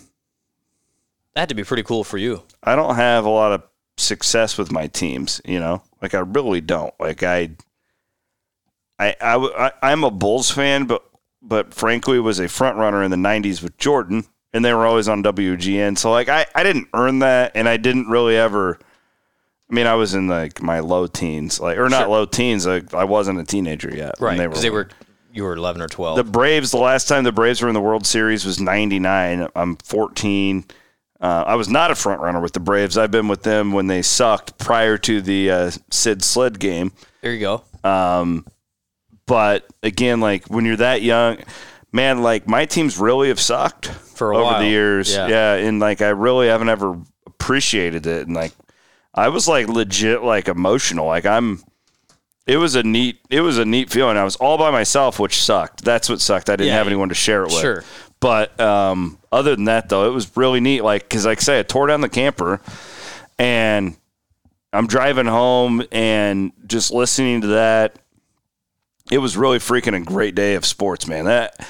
Speaker 2: that had to be pretty cool for you.
Speaker 1: I don't have a lot of success with my teams, you know. Like I really don't. Like I, I, I, w- I I'm a Bulls fan, but but frankly was a front runner in the '90s with Jordan, and they were always on WGN. So like I, I didn't earn that, and I didn't really ever. I mean, I was in like my low teens, like or not low teens. Like I wasn't a teenager yet. when
Speaker 2: Right. Because they were, you were 11 or 12.
Speaker 1: the Braves. The last time the Braves were in the World Series was '99. I'm 14. Uh, I was not a front runner with the Braves. I've been with them when they sucked prior to the uh, Sid Sled game.
Speaker 2: there you go.
Speaker 1: But again, like when you're that young, man, like my teams really have sucked
Speaker 2: For a
Speaker 1: over
Speaker 2: while.
Speaker 1: the years.
Speaker 2: Yeah.
Speaker 1: and like I really haven't ever appreciated it. And like I was like legit like emotional. Like I'm. It was a neat. It was a neat feeling. I was all by myself, which sucked. That's what sucked. I didn't
Speaker 2: Yeah,
Speaker 1: have
Speaker 2: you-
Speaker 1: anyone to share it with.
Speaker 2: Sure.
Speaker 1: But um, other than that, though, it was really neat. Like, because like I say, I tore down the camper, and I'm driving home and just listening to that. It was really freaking a great day of sports, man. That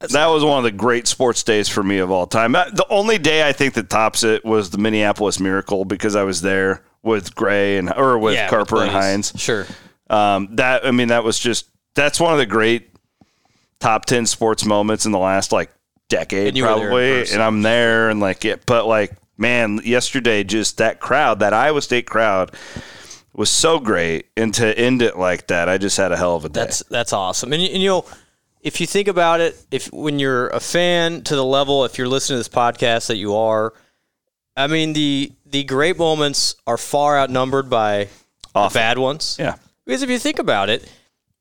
Speaker 1: that was one of the great sports days for me of all time. Uh, The only day I think that tops it was the Minneapolis Miracle because I was there with Gray and or with
Speaker 2: Yeah,
Speaker 1: Carper and
Speaker 2: buddies.
Speaker 1: Hines.
Speaker 2: Sure.
Speaker 1: Um, that I mean, that was just that's one of the great top ten sports moments in the last like decade,
Speaker 2: And you were there in
Speaker 1: probably.
Speaker 2: person.
Speaker 1: And I'm there, and like it, but like man, yesterday, just that crowd, that Iowa State crowd, was so great, and to end it like that, I just had a hell of a day.
Speaker 2: That's that's awesome. And, you- and you know, if you think about it, if when you're a fan to the level, if you're listening to this podcast that you are, I mean the the great moments are far outnumbered by the bad ones.
Speaker 1: yeah,
Speaker 2: Because if you think about it,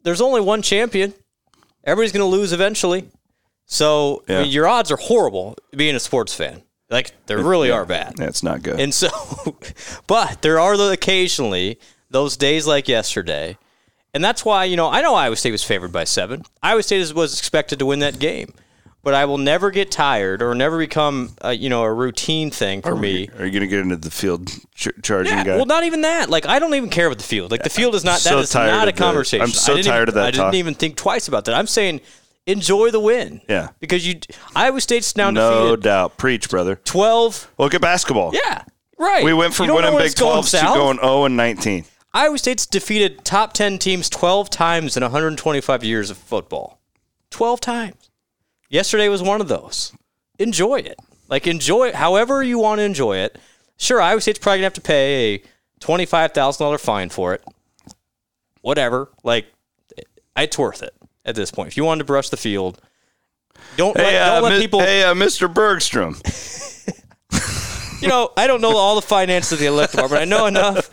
Speaker 2: there's only one champion. Everybody's going to lose eventually. So I
Speaker 1: Yeah.
Speaker 2: mean, your odds are horrible being a sports fan. Like they really are bad.
Speaker 1: that's not good.
Speaker 2: And so, but there are the occasionally those days like yesterday. And that's why, you know, I know Iowa State was favored by seven. Iowa State is, was expected to win that game. But I will never get tired or never become, a, you know, a routine thing for me.
Speaker 1: Are you going to get into the field ch- charging
Speaker 2: Yeah,
Speaker 1: guy?
Speaker 2: well, not even that. Like, I don't even care about the field. Like, the field is not,
Speaker 1: so
Speaker 2: that is
Speaker 1: tired
Speaker 2: not a
Speaker 1: of the-
Speaker 2: conversation.
Speaker 1: I'm so
Speaker 2: I didn't
Speaker 1: tired
Speaker 2: even,
Speaker 1: of that
Speaker 2: I
Speaker 1: talk.
Speaker 2: didn't even think twice about that. I'm saying enjoy the win.
Speaker 1: Yeah.
Speaker 2: Because you, Iowa State's now
Speaker 1: no
Speaker 2: defeated
Speaker 1: doubt, preach, brother.
Speaker 2: 12.
Speaker 1: Look at basketball.
Speaker 2: Yeah. Right.
Speaker 1: we went
Speaker 2: You
Speaker 1: from
Speaker 2: don't know
Speaker 1: winning
Speaker 2: when
Speaker 1: Big
Speaker 2: it's going
Speaker 1: 12s to
Speaker 2: south.
Speaker 1: going 0 and 19.
Speaker 2: Iowa State's defeated top 10 teams 12 times in 125 years of football. 12 times. Yesterday was one of those. Enjoy it. Like, enjoy it however you want to enjoy it. Sure, Iowa State's probably going to have to pay a $25,000 fine for it. Whatever. Like, it's worth it at this point. If you wanted to brush the field, don't let,
Speaker 1: Hey,
Speaker 2: don't
Speaker 1: uh,
Speaker 2: let
Speaker 1: mi-
Speaker 2: people.
Speaker 1: hey uh, Mr. Bergstrom.
Speaker 2: you know, I don't know all the finances of the elective are, but I know enough.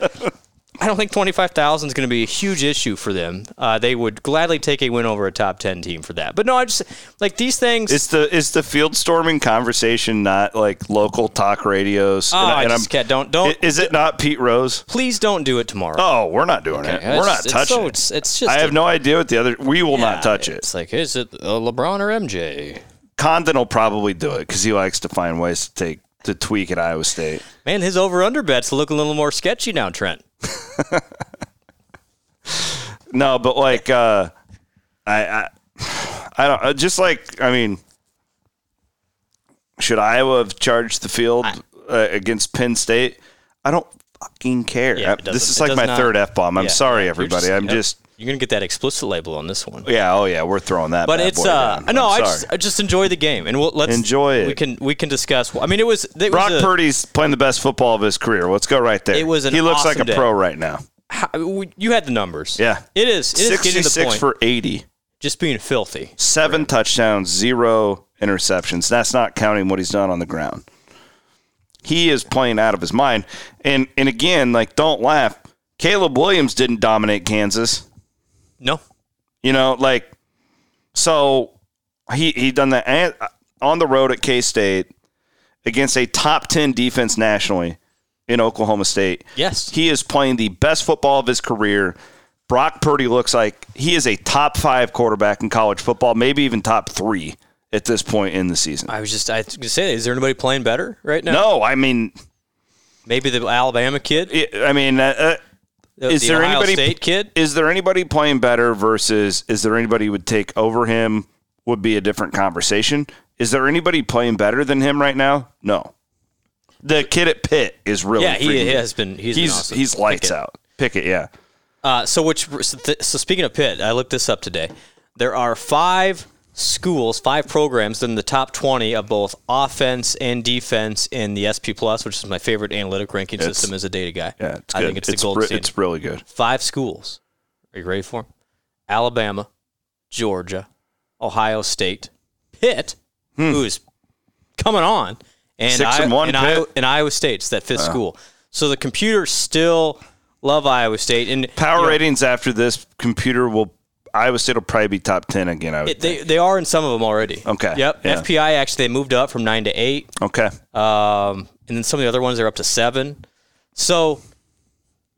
Speaker 2: I don't think twenty five thousand is going to be a huge issue for them. Uh, they would gladly take a win over a top ten team for that. But no, I just like these things.
Speaker 1: It's the is the field storming conversation not like local talk radios?
Speaker 2: oh, I just can't. Don't don't.
Speaker 1: I- Is it not Pete Rose?
Speaker 2: please don't do it tomorrow.
Speaker 1: Oh, we're not doing it.
Speaker 2: It's-
Speaker 1: We're not
Speaker 2: it's
Speaker 1: touching
Speaker 2: so-
Speaker 1: it.
Speaker 2: It's, it's just.
Speaker 1: I have
Speaker 2: a-
Speaker 1: no idea what the other. We will
Speaker 2: yeah,
Speaker 1: not touch it.
Speaker 2: It's like, is it uh, LeBron or MJ?
Speaker 1: Condon will probably do it because he likes to find ways to take to tweak at Iowa State.
Speaker 2: Man, his over under bets look a little more sketchy now, Trent.
Speaker 1: No, but like uh, I, I, I don't. uh, Just like I mean, should Iowa have charged the field uh, against Penn State? I don't fucking care.
Speaker 2: Yeah,
Speaker 1: I-
Speaker 2: it doesn't-
Speaker 1: this is
Speaker 2: it
Speaker 1: like
Speaker 2: does
Speaker 1: my
Speaker 2: not-
Speaker 1: third f bomb. I'm
Speaker 2: Yeah,
Speaker 1: sorry,
Speaker 2: you're
Speaker 1: everybody. I'm
Speaker 2: yep.
Speaker 1: just
Speaker 2: You're gonna get that explicit label on this one.
Speaker 1: yeah. Oh yeah, we're throwing that.
Speaker 2: But
Speaker 1: bad
Speaker 2: it's
Speaker 1: boy
Speaker 2: uh
Speaker 1: down.
Speaker 2: no,
Speaker 1: I'm sorry.
Speaker 2: I just I just enjoy the game and we'll let's
Speaker 1: Enjoy it.
Speaker 2: We can we can discuss. I mean, it was it
Speaker 1: Brock
Speaker 2: was a,
Speaker 1: Purdy's playing the best football of his career. Let's go right there.
Speaker 2: It was an
Speaker 1: he looks like
Speaker 2: awesome
Speaker 1: a
Speaker 2: day.
Speaker 1: pro right now.
Speaker 2: how- uh, we- you had the numbers.
Speaker 1: Yeah.
Speaker 2: it is it is getting to the
Speaker 1: Sixty-six
Speaker 2: point.
Speaker 1: for eighty,
Speaker 2: just being filthy.
Speaker 1: seven touchdowns, zero interceptions. That's not counting what he's done on the ground. He is playing out of his mind. And and again, like don't laugh. Caleb Williams didn't dominate Kansas.
Speaker 2: No.
Speaker 1: You know, like so he he done that and uh, on the road at K State against a top ten defense nationally in Oklahoma State.
Speaker 2: Yes.
Speaker 1: he is playing the best football of his career. Brock Purdy looks like he is a top five quarterback in college football, maybe even top three at this point in the season.
Speaker 2: I was just I was gonna say, is there anybody playing better right now?
Speaker 1: no, I mean,
Speaker 2: Maybe the Alabama kid,
Speaker 1: it- I mean, uh, uh,
Speaker 2: the,
Speaker 1: Is
Speaker 2: the
Speaker 1: there
Speaker 2: Ohio
Speaker 1: anybody-
Speaker 2: State kid.
Speaker 1: is there anybody playing better versus is there anybody who would take over him would be a different conversation. Is there anybody playing better than him right now? No. The kid at Pitt is really
Speaker 2: Yeah, he,
Speaker 1: freaking good.
Speaker 2: has been. He's been
Speaker 1: he's
Speaker 2: awesome.
Speaker 1: he's lights
Speaker 2: Pickett.
Speaker 1: out. Pickett, yeah.
Speaker 2: Uh, so which so, th- so speaking of Pitt, I looked this up today. There are five schools, five programs in the top twenty of both offense and defense in the SP Plus, which is my favorite analytic ranking
Speaker 1: It's-
Speaker 2: system as a data guy.
Speaker 1: Yeah, it's
Speaker 2: I
Speaker 1: good.
Speaker 2: think it's, the gold
Speaker 1: re-
Speaker 2: standard.
Speaker 1: it's really good.
Speaker 2: five schools. Are you ready for them? Alabama, Georgia, Ohio State, Pitt, who's coming on, and
Speaker 1: Hmm. Six
Speaker 2: I-
Speaker 1: and one,
Speaker 2: and, Iowa,
Speaker 1: Pitt. Ah.
Speaker 2: and Iowa State's that fifth school. So the computers still love Iowa State and
Speaker 1: Power
Speaker 2: you know,
Speaker 1: ratings after this computer will Iowa State will probably be top ten again. I would
Speaker 2: it-
Speaker 1: think.
Speaker 2: they they are in some of them already.
Speaker 1: Okay,
Speaker 2: Yep.
Speaker 1: yeah.
Speaker 2: FPI actually they moved up from nine to eight.
Speaker 1: okay.
Speaker 2: Um, and then some of the other ones are up to seven. So,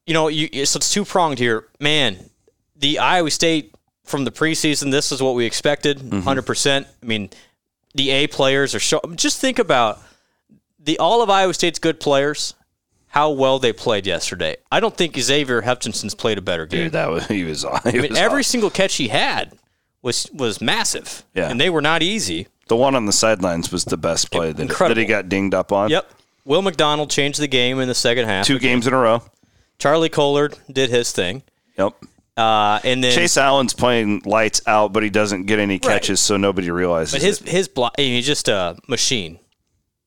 Speaker 2: you know, you you- so it's two pronged here, man. The Iowa State from the preseason, this is what we expected,
Speaker 1: Mm-hmm.
Speaker 2: 100 percent. I mean, the A players are show. Just think about the all of Iowa State's good players, how well they played yesterday. I don't think Xavier Hutchinson's played a better game.
Speaker 1: Dude, that was he was on. He
Speaker 2: I mean,
Speaker 1: was
Speaker 2: every
Speaker 1: on.
Speaker 2: single catch he had was was massive,
Speaker 1: Yeah.
Speaker 2: and they were not easy.
Speaker 1: the one on the sidelines was the best play that, that he
Speaker 2: Incredible.
Speaker 1: got dinged up on.
Speaker 2: Yep. Will McDonald changed the game in the second half.
Speaker 1: two games in a row.
Speaker 2: Charlie Collard did his thing,
Speaker 1: Yep.
Speaker 2: uh, and then
Speaker 1: Chase Allen's playing lights out, but he doesn't get any catches, so nobody realizes.
Speaker 2: but his
Speaker 1: it.
Speaker 2: his block. He's just a machine,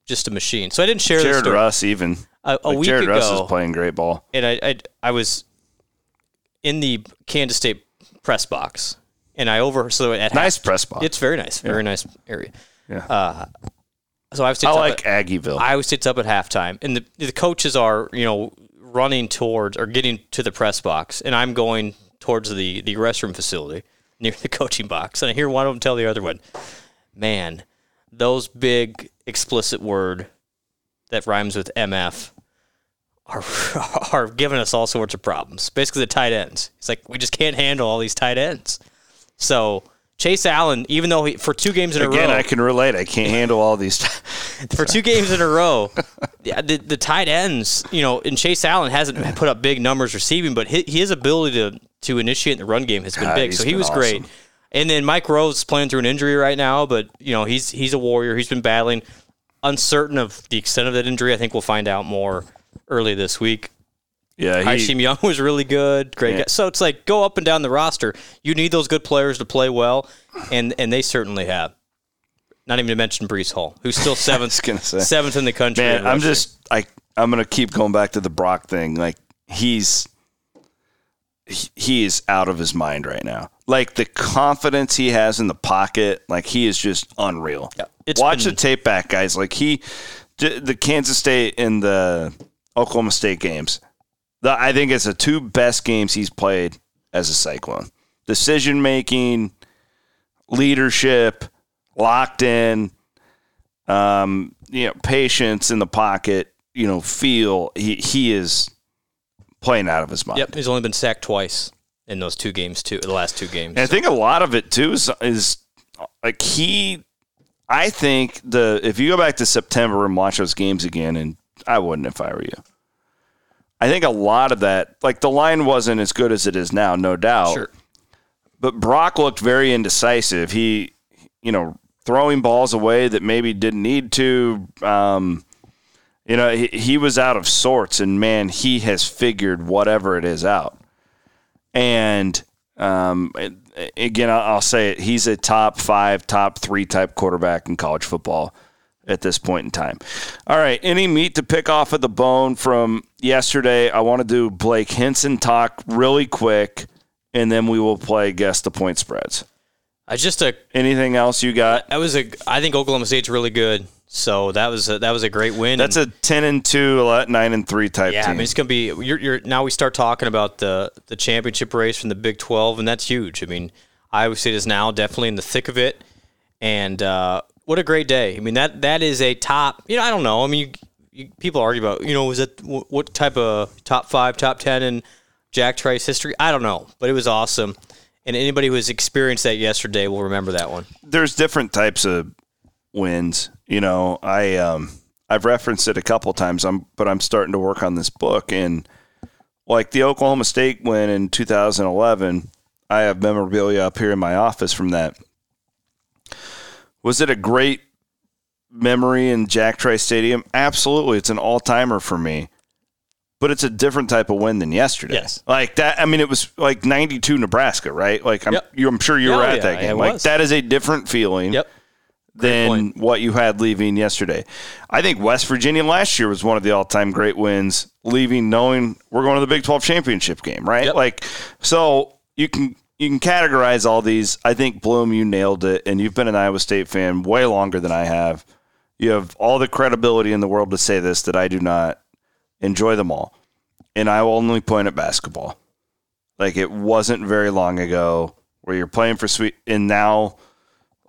Speaker 2: just a machine. So I didn't share this
Speaker 1: Jared
Speaker 2: story.
Speaker 1: Russ even
Speaker 2: A- a week
Speaker 1: Jared Russ is
Speaker 2: ago-
Speaker 1: playing great ball.
Speaker 2: and I, I I was in the Kansas State press box, and I over so at
Speaker 1: Nice
Speaker 2: half-
Speaker 1: press box.
Speaker 2: It's very nice, very nice area.
Speaker 1: Yeah.
Speaker 2: Uh, so I've
Speaker 1: I like Aggieville.
Speaker 2: Iowa State's up at halftime, and the the coaches are you know running towards or getting to the press box, and I'm going towards the the restroom facility near the coaching box, and I hear one of them tell the other one, "Man, those big explicit word that rhymes with MF." Are, are giving us all sorts of problems. Basically, the tight ends. It's like we just can't handle all these tight ends. So Chase Allen, even though he, for two games in a row,
Speaker 1: Again, I can relate. I can't handle all these.
Speaker 2: for two games in a row. yeah, The, the tight ends, you know, and Chase Allen hasn't put up big numbers receiving, but his, his ability to to initiate the run game has been
Speaker 1: God, Ah,
Speaker 2: big.
Speaker 1: he's
Speaker 2: So he
Speaker 1: been
Speaker 2: was great.
Speaker 1: awesome.
Speaker 2: And then Mike Rose is playing through an injury right now, but you know he's he's a warrior. He's been battling. Uncertain of the extent of that injury, I think we'll find out more early this week.
Speaker 1: yeah, he,
Speaker 2: Haishim Young was really good, great.
Speaker 1: Yeah.
Speaker 2: Guy. So it's like go up and down the roster. You need those good players to play well, and and they certainly have. Not even to mention Brees Hall, who's still seventh,
Speaker 1: gonna say.
Speaker 2: seventh in the country.
Speaker 1: Man,
Speaker 2: in
Speaker 1: I'm
Speaker 2: rushing.
Speaker 1: just I I'm gonna keep going back to the Brock thing. Like he's he- he is out of his mind right now. Like the confidence he has in the pocket, like he is just unreal.
Speaker 2: It's
Speaker 1: Watch
Speaker 2: been-
Speaker 1: the tape back, guys. Like he, d- the Kansas State and the Oklahoma State games. The, I think it's the two best games he's played as a Cyclone. Decision making, leadership, locked in, um, you know, patience in the pocket, you know, feel. He he is playing out of his mind.
Speaker 2: yep. He's only been sacked twice in those two games, too. The last two games.
Speaker 1: And I think a lot of it too is, is like he. I think the if you go back to September and watch those games again, and I wouldn't if I were you. I think a lot of that, like the line wasn't as good as it is now, no doubt.
Speaker 2: Sure.
Speaker 1: But Brock looked very indecisive. He, you know, throwing balls away that maybe didn't need to. Um, you know, he, he was out of sorts, and man, he has figured whatever it is out. And um, a- again, I- I'll say it. He's a top five, top three type quarterback in college football at this point in time. All right. Any meat to pick off of the bone from yesterday? I want to do Blake Henson talk really quick, and then we will play guess the point spreads.
Speaker 2: I just a
Speaker 1: Anything else you got?
Speaker 2: that was a I think Oklahoma State's really good. So that was a, that was a great win.
Speaker 1: That's a ten and two, ele- nine and three type
Speaker 2: yeah. I
Speaker 1: team.
Speaker 2: mean, it's gonna be you're, you're now we start talking about the the championship race from the Big Twelve, and that's huge. I mean, Iowa State is now definitely in the thick of it, and uh, what a great day. I mean that that is a top. You know, I don't know. I mean, you, you, people argue about you know was that wh- what type of top five, top ten in Jack Trice history? I don't know, but it was awesome. And anybody who has experienced that yesterday will remember that one.
Speaker 1: there's different types of wins. You know, I um I've referenced it a couple times. I'm but I'm starting to work on this book and like the Oklahoma State win in 2011. I have memorabilia up here in my office from that. Was it a great memory in Jack Trice Stadium? Absolutely, it's an all timer for me. But it's a different type of win than yesterday.
Speaker 2: Yes.
Speaker 1: like that. I mean, it was like 92 Nebraska, right? Like I'm,
Speaker 2: Yep.
Speaker 1: you, I'm sure you
Speaker 2: Yeah, oh
Speaker 1: were at
Speaker 2: yeah,
Speaker 1: that
Speaker 2: I
Speaker 1: game. Like
Speaker 2: was.
Speaker 1: that is a different feeling
Speaker 2: Yep.
Speaker 1: than
Speaker 2: point.
Speaker 1: what you had leaving yesterday. I think West Virginia last year was one of the all-time great wins, leaving knowing we're going to the Big 12 championship game, right?
Speaker 2: Yep.
Speaker 1: Like so you can you can categorize all these. I think Bloom you nailed it and you've been an Iowa State fan way longer than I have. You have all the credibility in the world to say this that I do not enjoy them all. And I will only point at basketball. Like it wasn't very long ago where you're playing for sweet and now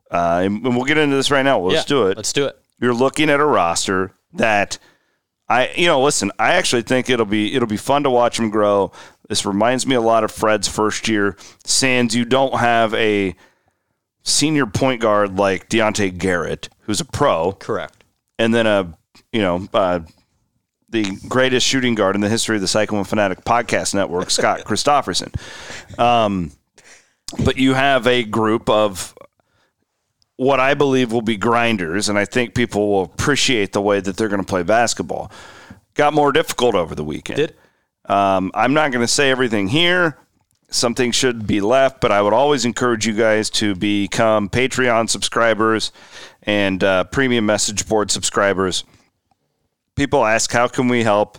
Speaker 1: uh, and and we'll get into this right now. Let's
Speaker 2: Yeah,
Speaker 1: do it.
Speaker 2: Let's do it.
Speaker 1: You're looking at a roster that I, you know, listen. I actually think it'll be it'll be fun to watch them grow. This reminds me a lot of Fred's first year. Sans you don't have a senior point guard like Deontay Garrett, who's a pro,
Speaker 2: Correct.
Speaker 1: and then a you know uh, the greatest shooting guard in the history of the Cycle and Fanatic Podcast Network, Scott Christofferson. Um, but you have a group of what I believe will be grinders, and I think people will appreciate the way that they're going to play basketball. Got more difficult over the weekend.
Speaker 2: Did
Speaker 1: Um, I'm not going to say everything here. Something should be left, but I would always encourage you guys to become Patreon subscribers and uh, premium message board subscribers. People ask, how can we help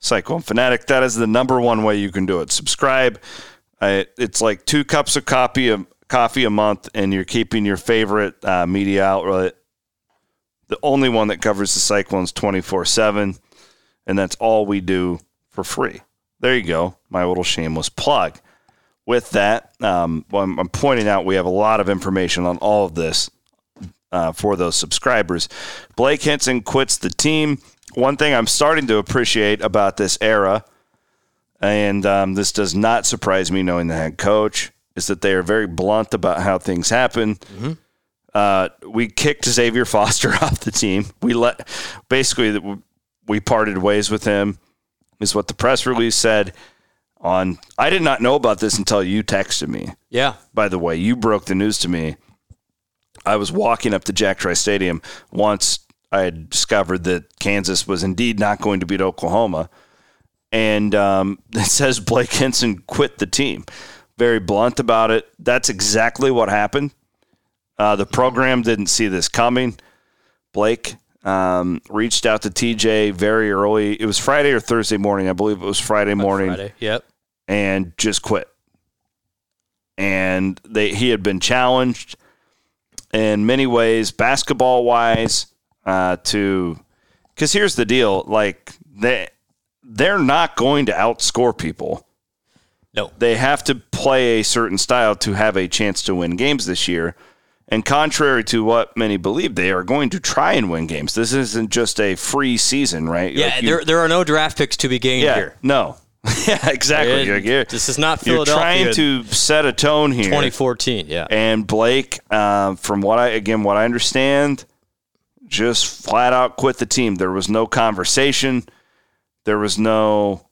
Speaker 1: Psycho and Fanatic? That is the number one way you can do it. Subscribe. Uh, it's like two cups of coffee a, coffee a month, and you're keeping your favorite uh, media outlet, the only one that covers the Cyclones 24 7 and that's all we do for free. There you go, my little shameless plug. With that, um, well, I'm, I'm pointing out we have a lot of information on all of this uh, for those subscribers. Blake Henson quits the team. One thing I'm starting to appreciate about this era, and um, this does not surprise me knowing the head coach, is that they are very blunt about how things happen. Uh, we kicked Xavier Foster off the team. We let basically that we parted ways with him, is what the press release said. On I did not know about this until you texted me.
Speaker 2: yeah.
Speaker 1: By the way, you broke the news to me. I was walking up to Jack Trice Stadium once I had discovered that Kansas was indeed not going to beat Oklahoma. And um, it says Blake Henson quit the team. Very blunt about it. That's exactly what happened. Uh, the program didn't see this coming. Blake um, reached out to TJ very early. It was Friday or Thursday morning. I believe it was Friday morning
Speaker 2: Friday. Yep.
Speaker 1: and just quit. And they he had been challenged in many ways, basketball wise, uh, to because here's the deal: like they they're not going to outscore people.
Speaker 2: No.
Speaker 1: They have to play a certain style to have a chance to win games this year. And contrary to what many believe, they are going to try and win games. This isn't just a free season, right?
Speaker 2: Yeah,
Speaker 1: Like, you-
Speaker 2: there, there are no draft picks to be gained
Speaker 1: yeah,
Speaker 2: here.
Speaker 1: no, yeah, exactly.
Speaker 2: It-
Speaker 1: You're- you're-
Speaker 2: this is not
Speaker 1: you're
Speaker 2: Philadelphia.
Speaker 1: trying to set a tone here.
Speaker 2: 2014, yeah.
Speaker 1: And Blake, um, from what I again what I understand, just flat out quit the team. There was no conversation. There was no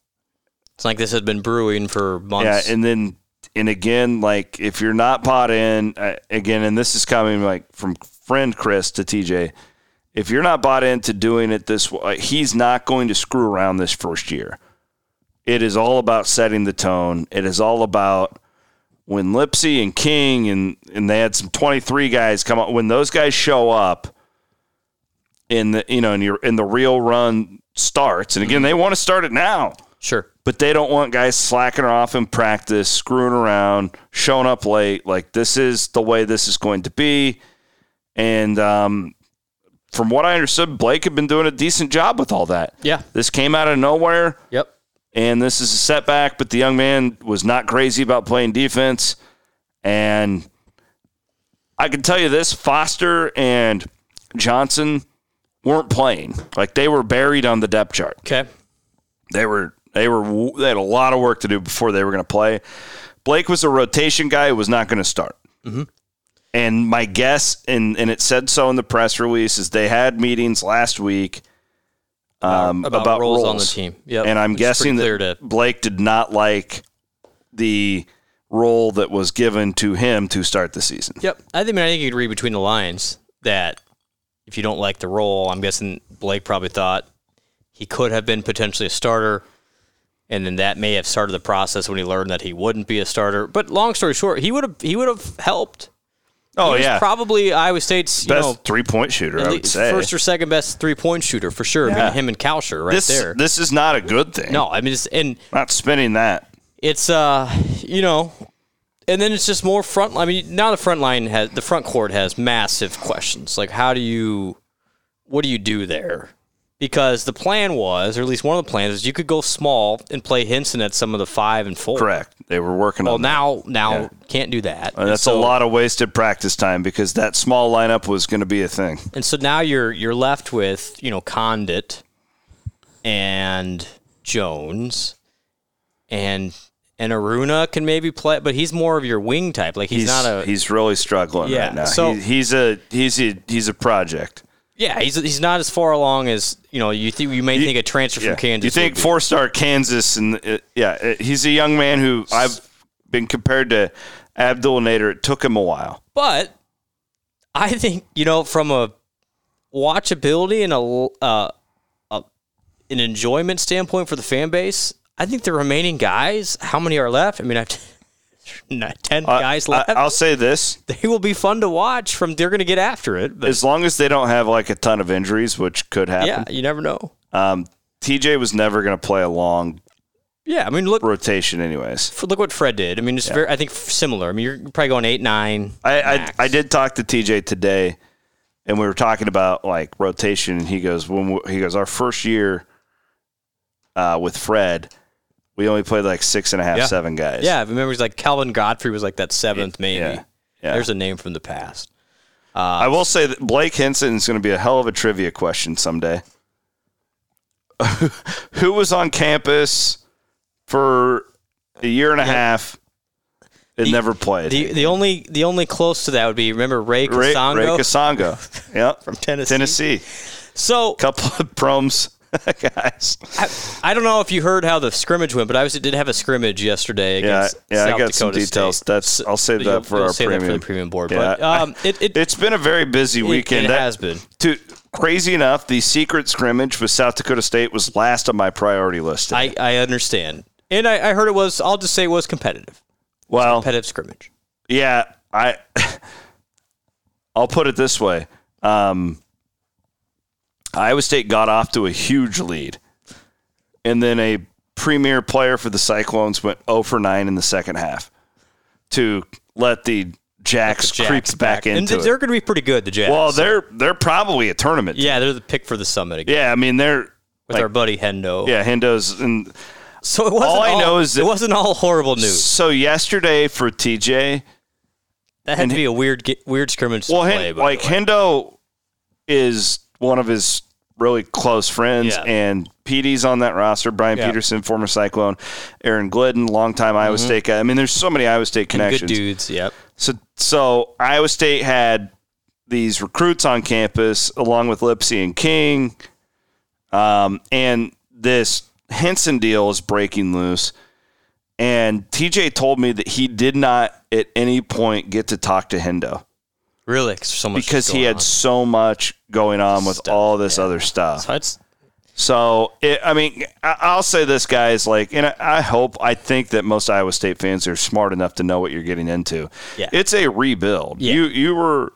Speaker 2: It's like this had been brewing for months.
Speaker 1: yeah, and then and again, like if you're not bought in, uh, again, and this is coming like from friend Chris to TJ. If you're not bought into doing it this way, he's not going to screw around this first year. It is all about setting the tone. It is all about when Lipsy and King and and they had some 23 guys come up. When those guys show up, in the you know, and your in the real run starts. And again, they want to start it now.
Speaker 2: Sure.
Speaker 1: but they don't want guys slacking off in practice, screwing around, showing up late. Like this is the way this is going to be. And um, from what I understood, Blake had been doing a decent job with all that.
Speaker 2: Yeah.
Speaker 1: This came out of nowhere,
Speaker 2: Yep.
Speaker 1: and this is a setback. But the young man was not crazy about playing defense, and I can tell you this: Foster and Johnson weren't playing. Like they were buried on the depth chart
Speaker 2: Okay.
Speaker 1: they were they were they had a lot of work to do before they were going to play. Blake was a rotation guy who was not going to start.
Speaker 2: Mm-hmm.
Speaker 1: And my guess, and and it said so in the press release, is they had meetings last week um,
Speaker 2: about
Speaker 1: about,
Speaker 2: roles
Speaker 1: roles
Speaker 2: on the team. Yep.
Speaker 1: and I'm
Speaker 2: It's pretty
Speaker 1: guessing
Speaker 2: clear
Speaker 1: that
Speaker 2: to-
Speaker 1: Blake did not like the role that was given to him to start the season.
Speaker 2: Yep. I think I, mean, I think you could read between the lines that if you don't like the role, I'm guessing Blake probably thought he could have been potentially a starter, and then that may have started the process when he learned that he wouldn't be a starter. But long story short, he would have he would have helped.
Speaker 1: Oh
Speaker 2: He was
Speaker 1: yeah,
Speaker 2: probably Iowa State's you
Speaker 1: best
Speaker 2: know,
Speaker 1: three point shooter, I
Speaker 2: at
Speaker 1: would
Speaker 2: least
Speaker 1: say.
Speaker 2: first or second best three point shooter for sure. I mean,
Speaker 1: Yeah.
Speaker 2: him and Kalsher right
Speaker 1: this
Speaker 2: there.
Speaker 1: this is not a good thing.
Speaker 2: no, I mean, it's, and
Speaker 1: not spinning that.
Speaker 2: it's uh you know and then it's just more front i mean now the front line has the front court has massive questions like how do you what do you do there because the plan was or at least one of the plans is you could go small and play henson at some of the five and four
Speaker 1: Correct. They were working
Speaker 2: well
Speaker 1: on that.
Speaker 2: now now can't do that
Speaker 1: And
Speaker 2: And
Speaker 1: that's a
Speaker 2: so-
Speaker 1: lot of wasted practice time because that small lineup was going to be a thing.
Speaker 2: and so now you're you're left with you know condit and jones and and Aruna can maybe play, but he's more of your wing type. Like he's,
Speaker 1: He's
Speaker 2: not a
Speaker 1: he's really struggling
Speaker 2: Yeah,
Speaker 1: right now.
Speaker 2: so-
Speaker 1: he, he's a he's a he's a project.
Speaker 2: Yeah, he's he's not as far along as you know. You think you may think a transfer
Speaker 1: Yeah.
Speaker 2: from Kansas.
Speaker 1: you think
Speaker 2: would be.
Speaker 1: four star Kansas and uh, yeah, uh, he's a young man who I've been compared to Abdul Nader. It took him a while.
Speaker 2: but I think you know from a watchability and a, uh, a an enjoyment standpoint for the fan base. I think the remaining guys, how many are left? I mean, I've not- ten
Speaker 1: I-
Speaker 2: guys
Speaker 1: Uh, I-
Speaker 2: left.
Speaker 1: I'll say this:
Speaker 2: they will be fun to watch. From they're going to get after it. But
Speaker 1: as long as they don't have like a ton of injuries, which could
Speaker 2: yeah,
Speaker 1: happen.
Speaker 2: you never know.
Speaker 1: Um, TJ was never going to play a long
Speaker 2: Yeah, I mean, look
Speaker 1: rotation, anyways.
Speaker 2: look what Fred did. I mean, it's very. I think similar. I mean, you're probably going eight nine.
Speaker 1: I, I
Speaker 2: max.
Speaker 1: I did talk to TJ today, and we were talking about like rotation. And he goes, when we, he goes, our first year uh, with Fred, we only played like six and a half,
Speaker 2: Yeah.
Speaker 1: seven guys.
Speaker 2: Yeah, I remember he's like Calvin Godfrey was like that seventh, maybe.
Speaker 1: yeah, yeah.
Speaker 2: There's a name from the past.
Speaker 1: I will say that Blake Henson is going to be a hell of a trivia question someday. Who was on campus for a year and a half and never played?
Speaker 2: The the only the only close to that would be remember Ray
Speaker 1: Ray, Ray
Speaker 2: Casongo
Speaker 1: Kasongo. Yep.
Speaker 2: from Tennessee.
Speaker 1: Tennessee.
Speaker 2: So
Speaker 1: Couple of proms guys.
Speaker 2: I, I don't know if you heard how the scrimmage went, but I was did have a scrimmage yesterday
Speaker 1: Yeah,
Speaker 2: against
Speaker 1: yeah,
Speaker 2: South
Speaker 1: I got some
Speaker 2: Dakota
Speaker 1: details.
Speaker 2: State.
Speaker 1: That's I'll save
Speaker 2: You'll-
Speaker 1: that for
Speaker 2: you'll
Speaker 1: our
Speaker 2: save that
Speaker 1: premium.
Speaker 2: for the premium board, but,
Speaker 1: I-
Speaker 2: um, it- it-
Speaker 1: it's been a very busy weekend.
Speaker 2: it
Speaker 1: That-
Speaker 2: has been.
Speaker 1: To, crazy enough, the secret scrimmage with South Dakota State was last on my priority list.
Speaker 2: I, I understand, and I, I heard it was. I'll just say it was competitive,
Speaker 1: well,
Speaker 2: competitive scrimmage.
Speaker 1: yeah, I. I'll put it this way: um, Iowa State got off to a huge lead, and then a premier player for the Cyclones went 0 for 9 in the second half to let the Jacks,
Speaker 2: Jacks
Speaker 1: creep back,
Speaker 2: and
Speaker 1: into it.
Speaker 2: they're going to be pretty good. The Jacks.
Speaker 1: Well, they're they're probably a tournament. team.
Speaker 2: yeah, they're the pick for the summit again
Speaker 1: Yeah, I mean they're
Speaker 2: with
Speaker 1: like-
Speaker 2: our buddy Hendo.
Speaker 1: yeah, Hendo's and
Speaker 2: So it wasn't all,
Speaker 1: All I know is that-
Speaker 2: it wasn't all horrible news.
Speaker 1: so yesterday for TJ,
Speaker 2: That had to be a weird, ge- weird scrimmage to
Speaker 1: well, Hen-
Speaker 2: play. by the
Speaker 1: like
Speaker 2: way.
Speaker 1: Hendo is one of his really close friends,
Speaker 2: Yeah.
Speaker 1: and PD's on that roster. Brian
Speaker 2: Yeah. Mm-hmm.
Speaker 1: Peterson, former Cyclone, Aaron Glidden, longtime Iowa State guy. I mean, there's so many Iowa State
Speaker 2: good
Speaker 1: connections.
Speaker 2: dudes. Yep.
Speaker 1: So, so Iowa State had these recruits on campus along with Lipsy and King, um, and this Henson deal is breaking loose. And TJ told me that he did not at any point get to talk to Hendo
Speaker 2: Really, cause there's so much
Speaker 1: because he
Speaker 2: going
Speaker 1: had
Speaker 2: on.
Speaker 1: so much going on with
Speaker 2: Stuff,
Speaker 1: all this other stuff.
Speaker 2: So it's-
Speaker 1: So, it, I mean, I- I'll say this, guys. Like, and I- I hope, I think that most Iowa State fans are smart enough to know what you're getting into.
Speaker 2: Yeah.
Speaker 1: it's a rebuild.
Speaker 2: Yeah.
Speaker 1: You you were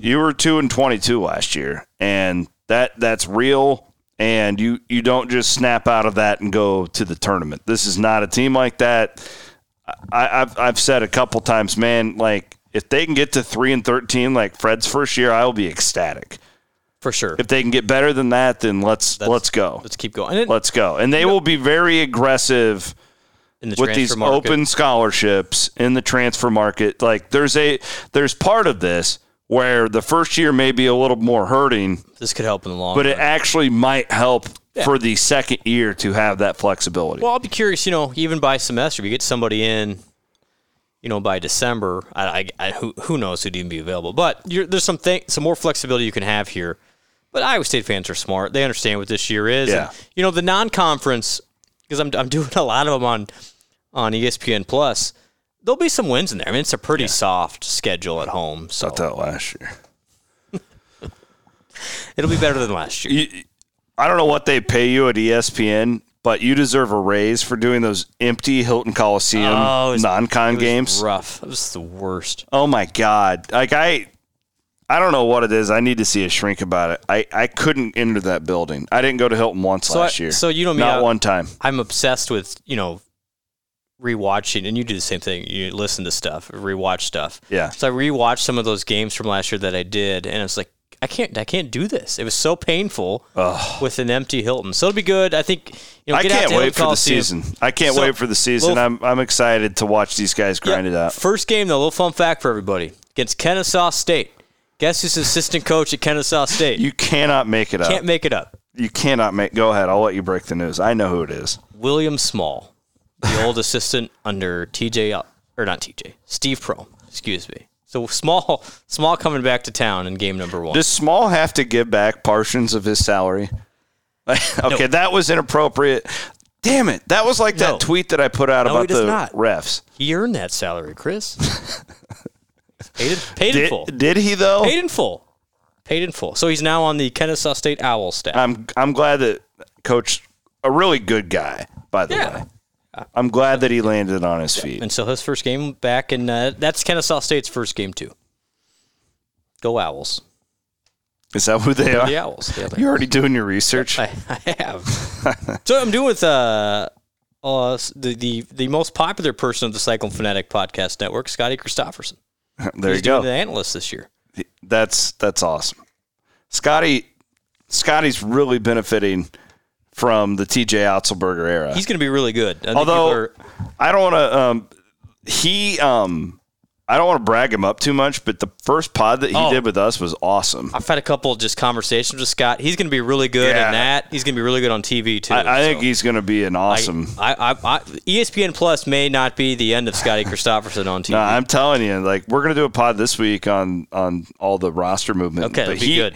Speaker 1: you were two and twenty two last year, and that that's real. and you you don't just snap out of that and go to the tournament. This is not a team like that. I, I've I've said a couple times, man. Like if they can get to three and thirteen, like Fred's first year, I will be ecstatic.
Speaker 2: for sure.
Speaker 1: If they can get better than that, then let's
Speaker 2: That's-
Speaker 1: let's go,
Speaker 2: Let's keep going. And it-
Speaker 1: let's go, and they will be very aggressive
Speaker 2: in the
Speaker 1: with these
Speaker 2: transfer market.
Speaker 1: open scholarships in the transfer market like there's a there's part of this where the first year may be a little more hurting
Speaker 2: this could help in the long
Speaker 1: but
Speaker 2: run.
Speaker 1: it actually might help for the second year to have that flexibility
Speaker 2: Well, I'll be curious. You know, even by semester, if you get somebody in, you know, by December, I, I, I who, who knows who'd even be available. But you're, there's some thing, some more flexibility you can have here. But Iowa State fans are smart; they understand what this year is.
Speaker 1: Yeah.
Speaker 2: And, you know, the non-conference because I'm, I'm doing a lot of them on on E ESPN Plus. There'll be some wins in there. I mean, it's a pretty soft schedule at home, so
Speaker 1: Not that last year
Speaker 2: it'll be better than last year.
Speaker 1: You- i don't know what they pay you at E espn but you deserve a raise for doing those empty hilton coliseum
Speaker 2: Oh, it was-
Speaker 1: non-con games
Speaker 2: Rough. It was the worst.
Speaker 1: Oh my god! Like I, I don't know what it is. I need to see a shrink about it. I I couldn't enter that building. I didn't go to Hilton once
Speaker 2: So
Speaker 1: last
Speaker 2: I-
Speaker 1: year.
Speaker 2: so you know me,
Speaker 1: not
Speaker 2: I-
Speaker 1: one time.
Speaker 2: I'm obsessed with you know rewatching, and you do the same thing. You listen to stuff, rewatch stuff.
Speaker 1: Yeah.
Speaker 2: So I rewatched some of those games from last year that I did, and it's like I can't, I can't do this. It was so painful with an empty Hilton. So it'll be good. I think. You know,
Speaker 1: I
Speaker 2: get out
Speaker 1: can't
Speaker 2: to Hilton
Speaker 1: wait for the
Speaker 2: Coliseum.
Speaker 1: season. I can't
Speaker 2: So-
Speaker 1: wait for the season.
Speaker 2: Well-
Speaker 1: I'm I'm excited to watch these guys
Speaker 2: Yeah.
Speaker 1: grind it out.
Speaker 2: First game, though, a little fun fact for everybody against Kennesaw State. Guess who's assistant coach at Kennesaw State?
Speaker 1: You cannot make it up.
Speaker 2: can't make it up.
Speaker 1: you cannot make. Go ahead. I'll let you break the news. I know who it is.
Speaker 2: William Small, the old assistant under TJ Al- or not TJ, Steve Pro, excuse me. So Small Small coming back to town in game number 1.
Speaker 1: Does Small have to give back portions of his salary? okay, that was inappropriate. Damn it! That was like
Speaker 2: No.
Speaker 1: that tweet that I put out
Speaker 2: No, he
Speaker 1: about
Speaker 2: does
Speaker 1: the
Speaker 2: not.
Speaker 1: refs.
Speaker 2: he earned that salary, Chris. paid, in- paid in
Speaker 1: Did,
Speaker 2: full.
Speaker 1: did he though?
Speaker 2: Paid in full. Paid in full. So he's now on the Kennesaw State Owl staff.
Speaker 1: I'm I'm glad that coach a really good guy by the
Speaker 2: Yeah.
Speaker 1: way. I'm glad that he landed on his feet.
Speaker 2: and so his first game back in uh, that's Kennesaw State's first game too. Go Owls.
Speaker 1: Is that who they are?
Speaker 2: The Owls. Yeah, they-
Speaker 1: You're already doing your research.
Speaker 2: I, I have. so I'm doing with uh, uh s- the, the the most popular person of the Cycle and Fanatic Podcast Network, Scotty Christofferson.
Speaker 1: There you
Speaker 2: He's doing the
Speaker 1: go.
Speaker 2: analyst this year.
Speaker 1: That's that's awesome. Scotty Scotty's really benefiting from the TJ Otzelberger era.
Speaker 2: He's going to be really good. I think
Speaker 1: Although-
Speaker 2: people are-
Speaker 1: I don't want to um he um I don't want to brag him up too much, but the first pod that he
Speaker 2: Oh.
Speaker 1: did with us was awesome.
Speaker 2: I've had a couple of just conversations with Scott. He's going to be really good
Speaker 1: Yeah.
Speaker 2: in that. He's going to be really good on TV too.
Speaker 1: I, I think
Speaker 2: So
Speaker 1: he's going to be an
Speaker 2: I-
Speaker 1: awesome
Speaker 2: I, I, I, E ESPN Plus may not be the end of Scotty Christofferson on TV.
Speaker 1: No, I'm telling you, like we're gonna do a pod this week on on all the roster movement.
Speaker 2: okay,
Speaker 1: but
Speaker 2: that'd be
Speaker 1: he,
Speaker 2: good.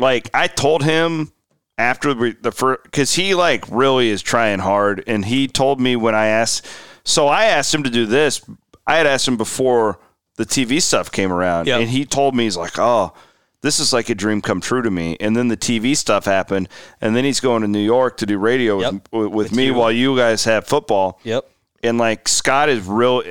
Speaker 1: Like I told him after we, the first, because he like really is trying hard, and he told me when I asked, so I asked him to do this. I had asked him before the TV stuff came around,
Speaker 2: Yep.
Speaker 1: and he told me he's like, oh. This is like a dream come true to me, and then the TV stuff happened, and then he's going to New York to do radio with,
Speaker 2: Yep.
Speaker 1: with, with
Speaker 2: With
Speaker 1: me
Speaker 2: you.
Speaker 1: while you guys have football.
Speaker 2: Yep.
Speaker 1: And like Scott is real.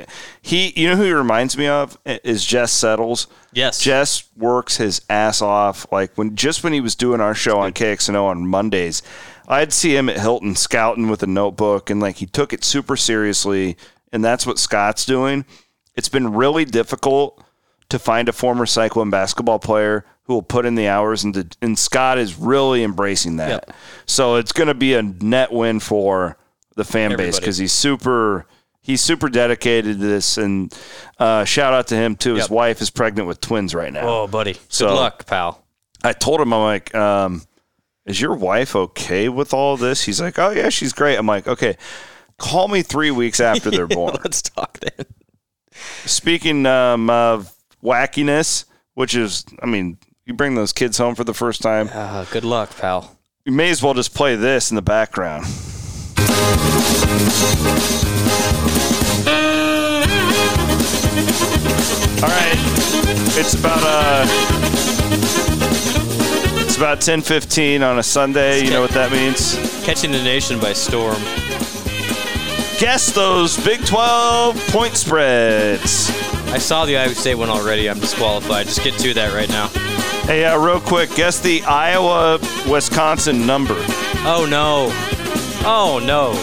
Speaker 1: He, you know who he reminds me of is Jess Settles.
Speaker 2: Yes.
Speaker 1: Jess works his ass off. Like when just when he was doing our show on KXNO on Mondays, I'd see him at Hilton scouting with a notebook, and like he took it super seriously. And that's what Scott's doing. It's been really difficult to find a former cycling basketball player who will put in the hours, and the, and Scott is really embracing that.
Speaker 2: Yep.
Speaker 1: So it's going to be a net win for the fan base
Speaker 2: Everybody.
Speaker 1: because he's super he's super dedicated to this and uh, shout out to him too his
Speaker 2: Yep.
Speaker 1: wife is pregnant with twins right now
Speaker 2: Oh, buddy.
Speaker 1: So-
Speaker 2: good luck, pal.
Speaker 1: i told him i'm like um, is your wife okay with all this he's like oh yeah she's great i'm like okay call me three weeks after they're born
Speaker 2: Let's talk then.
Speaker 1: speaking um, of wackiness which is i mean you bring those kids home for the first time
Speaker 2: Uh, good luck, pal.
Speaker 1: you may as well just play this in the background All right, it's about uh, it's about ten fifteen on a Sunday. You know what that means?
Speaker 2: Catching the nation by storm.
Speaker 1: Guess those Big Twelve point spreads.
Speaker 2: I saw the Iowa State one already. I'm disqualified. Just get to that right now.
Speaker 1: Hey, uh, real quick, guess the Iowa Wisconsin number.
Speaker 2: Oh no. Oh no.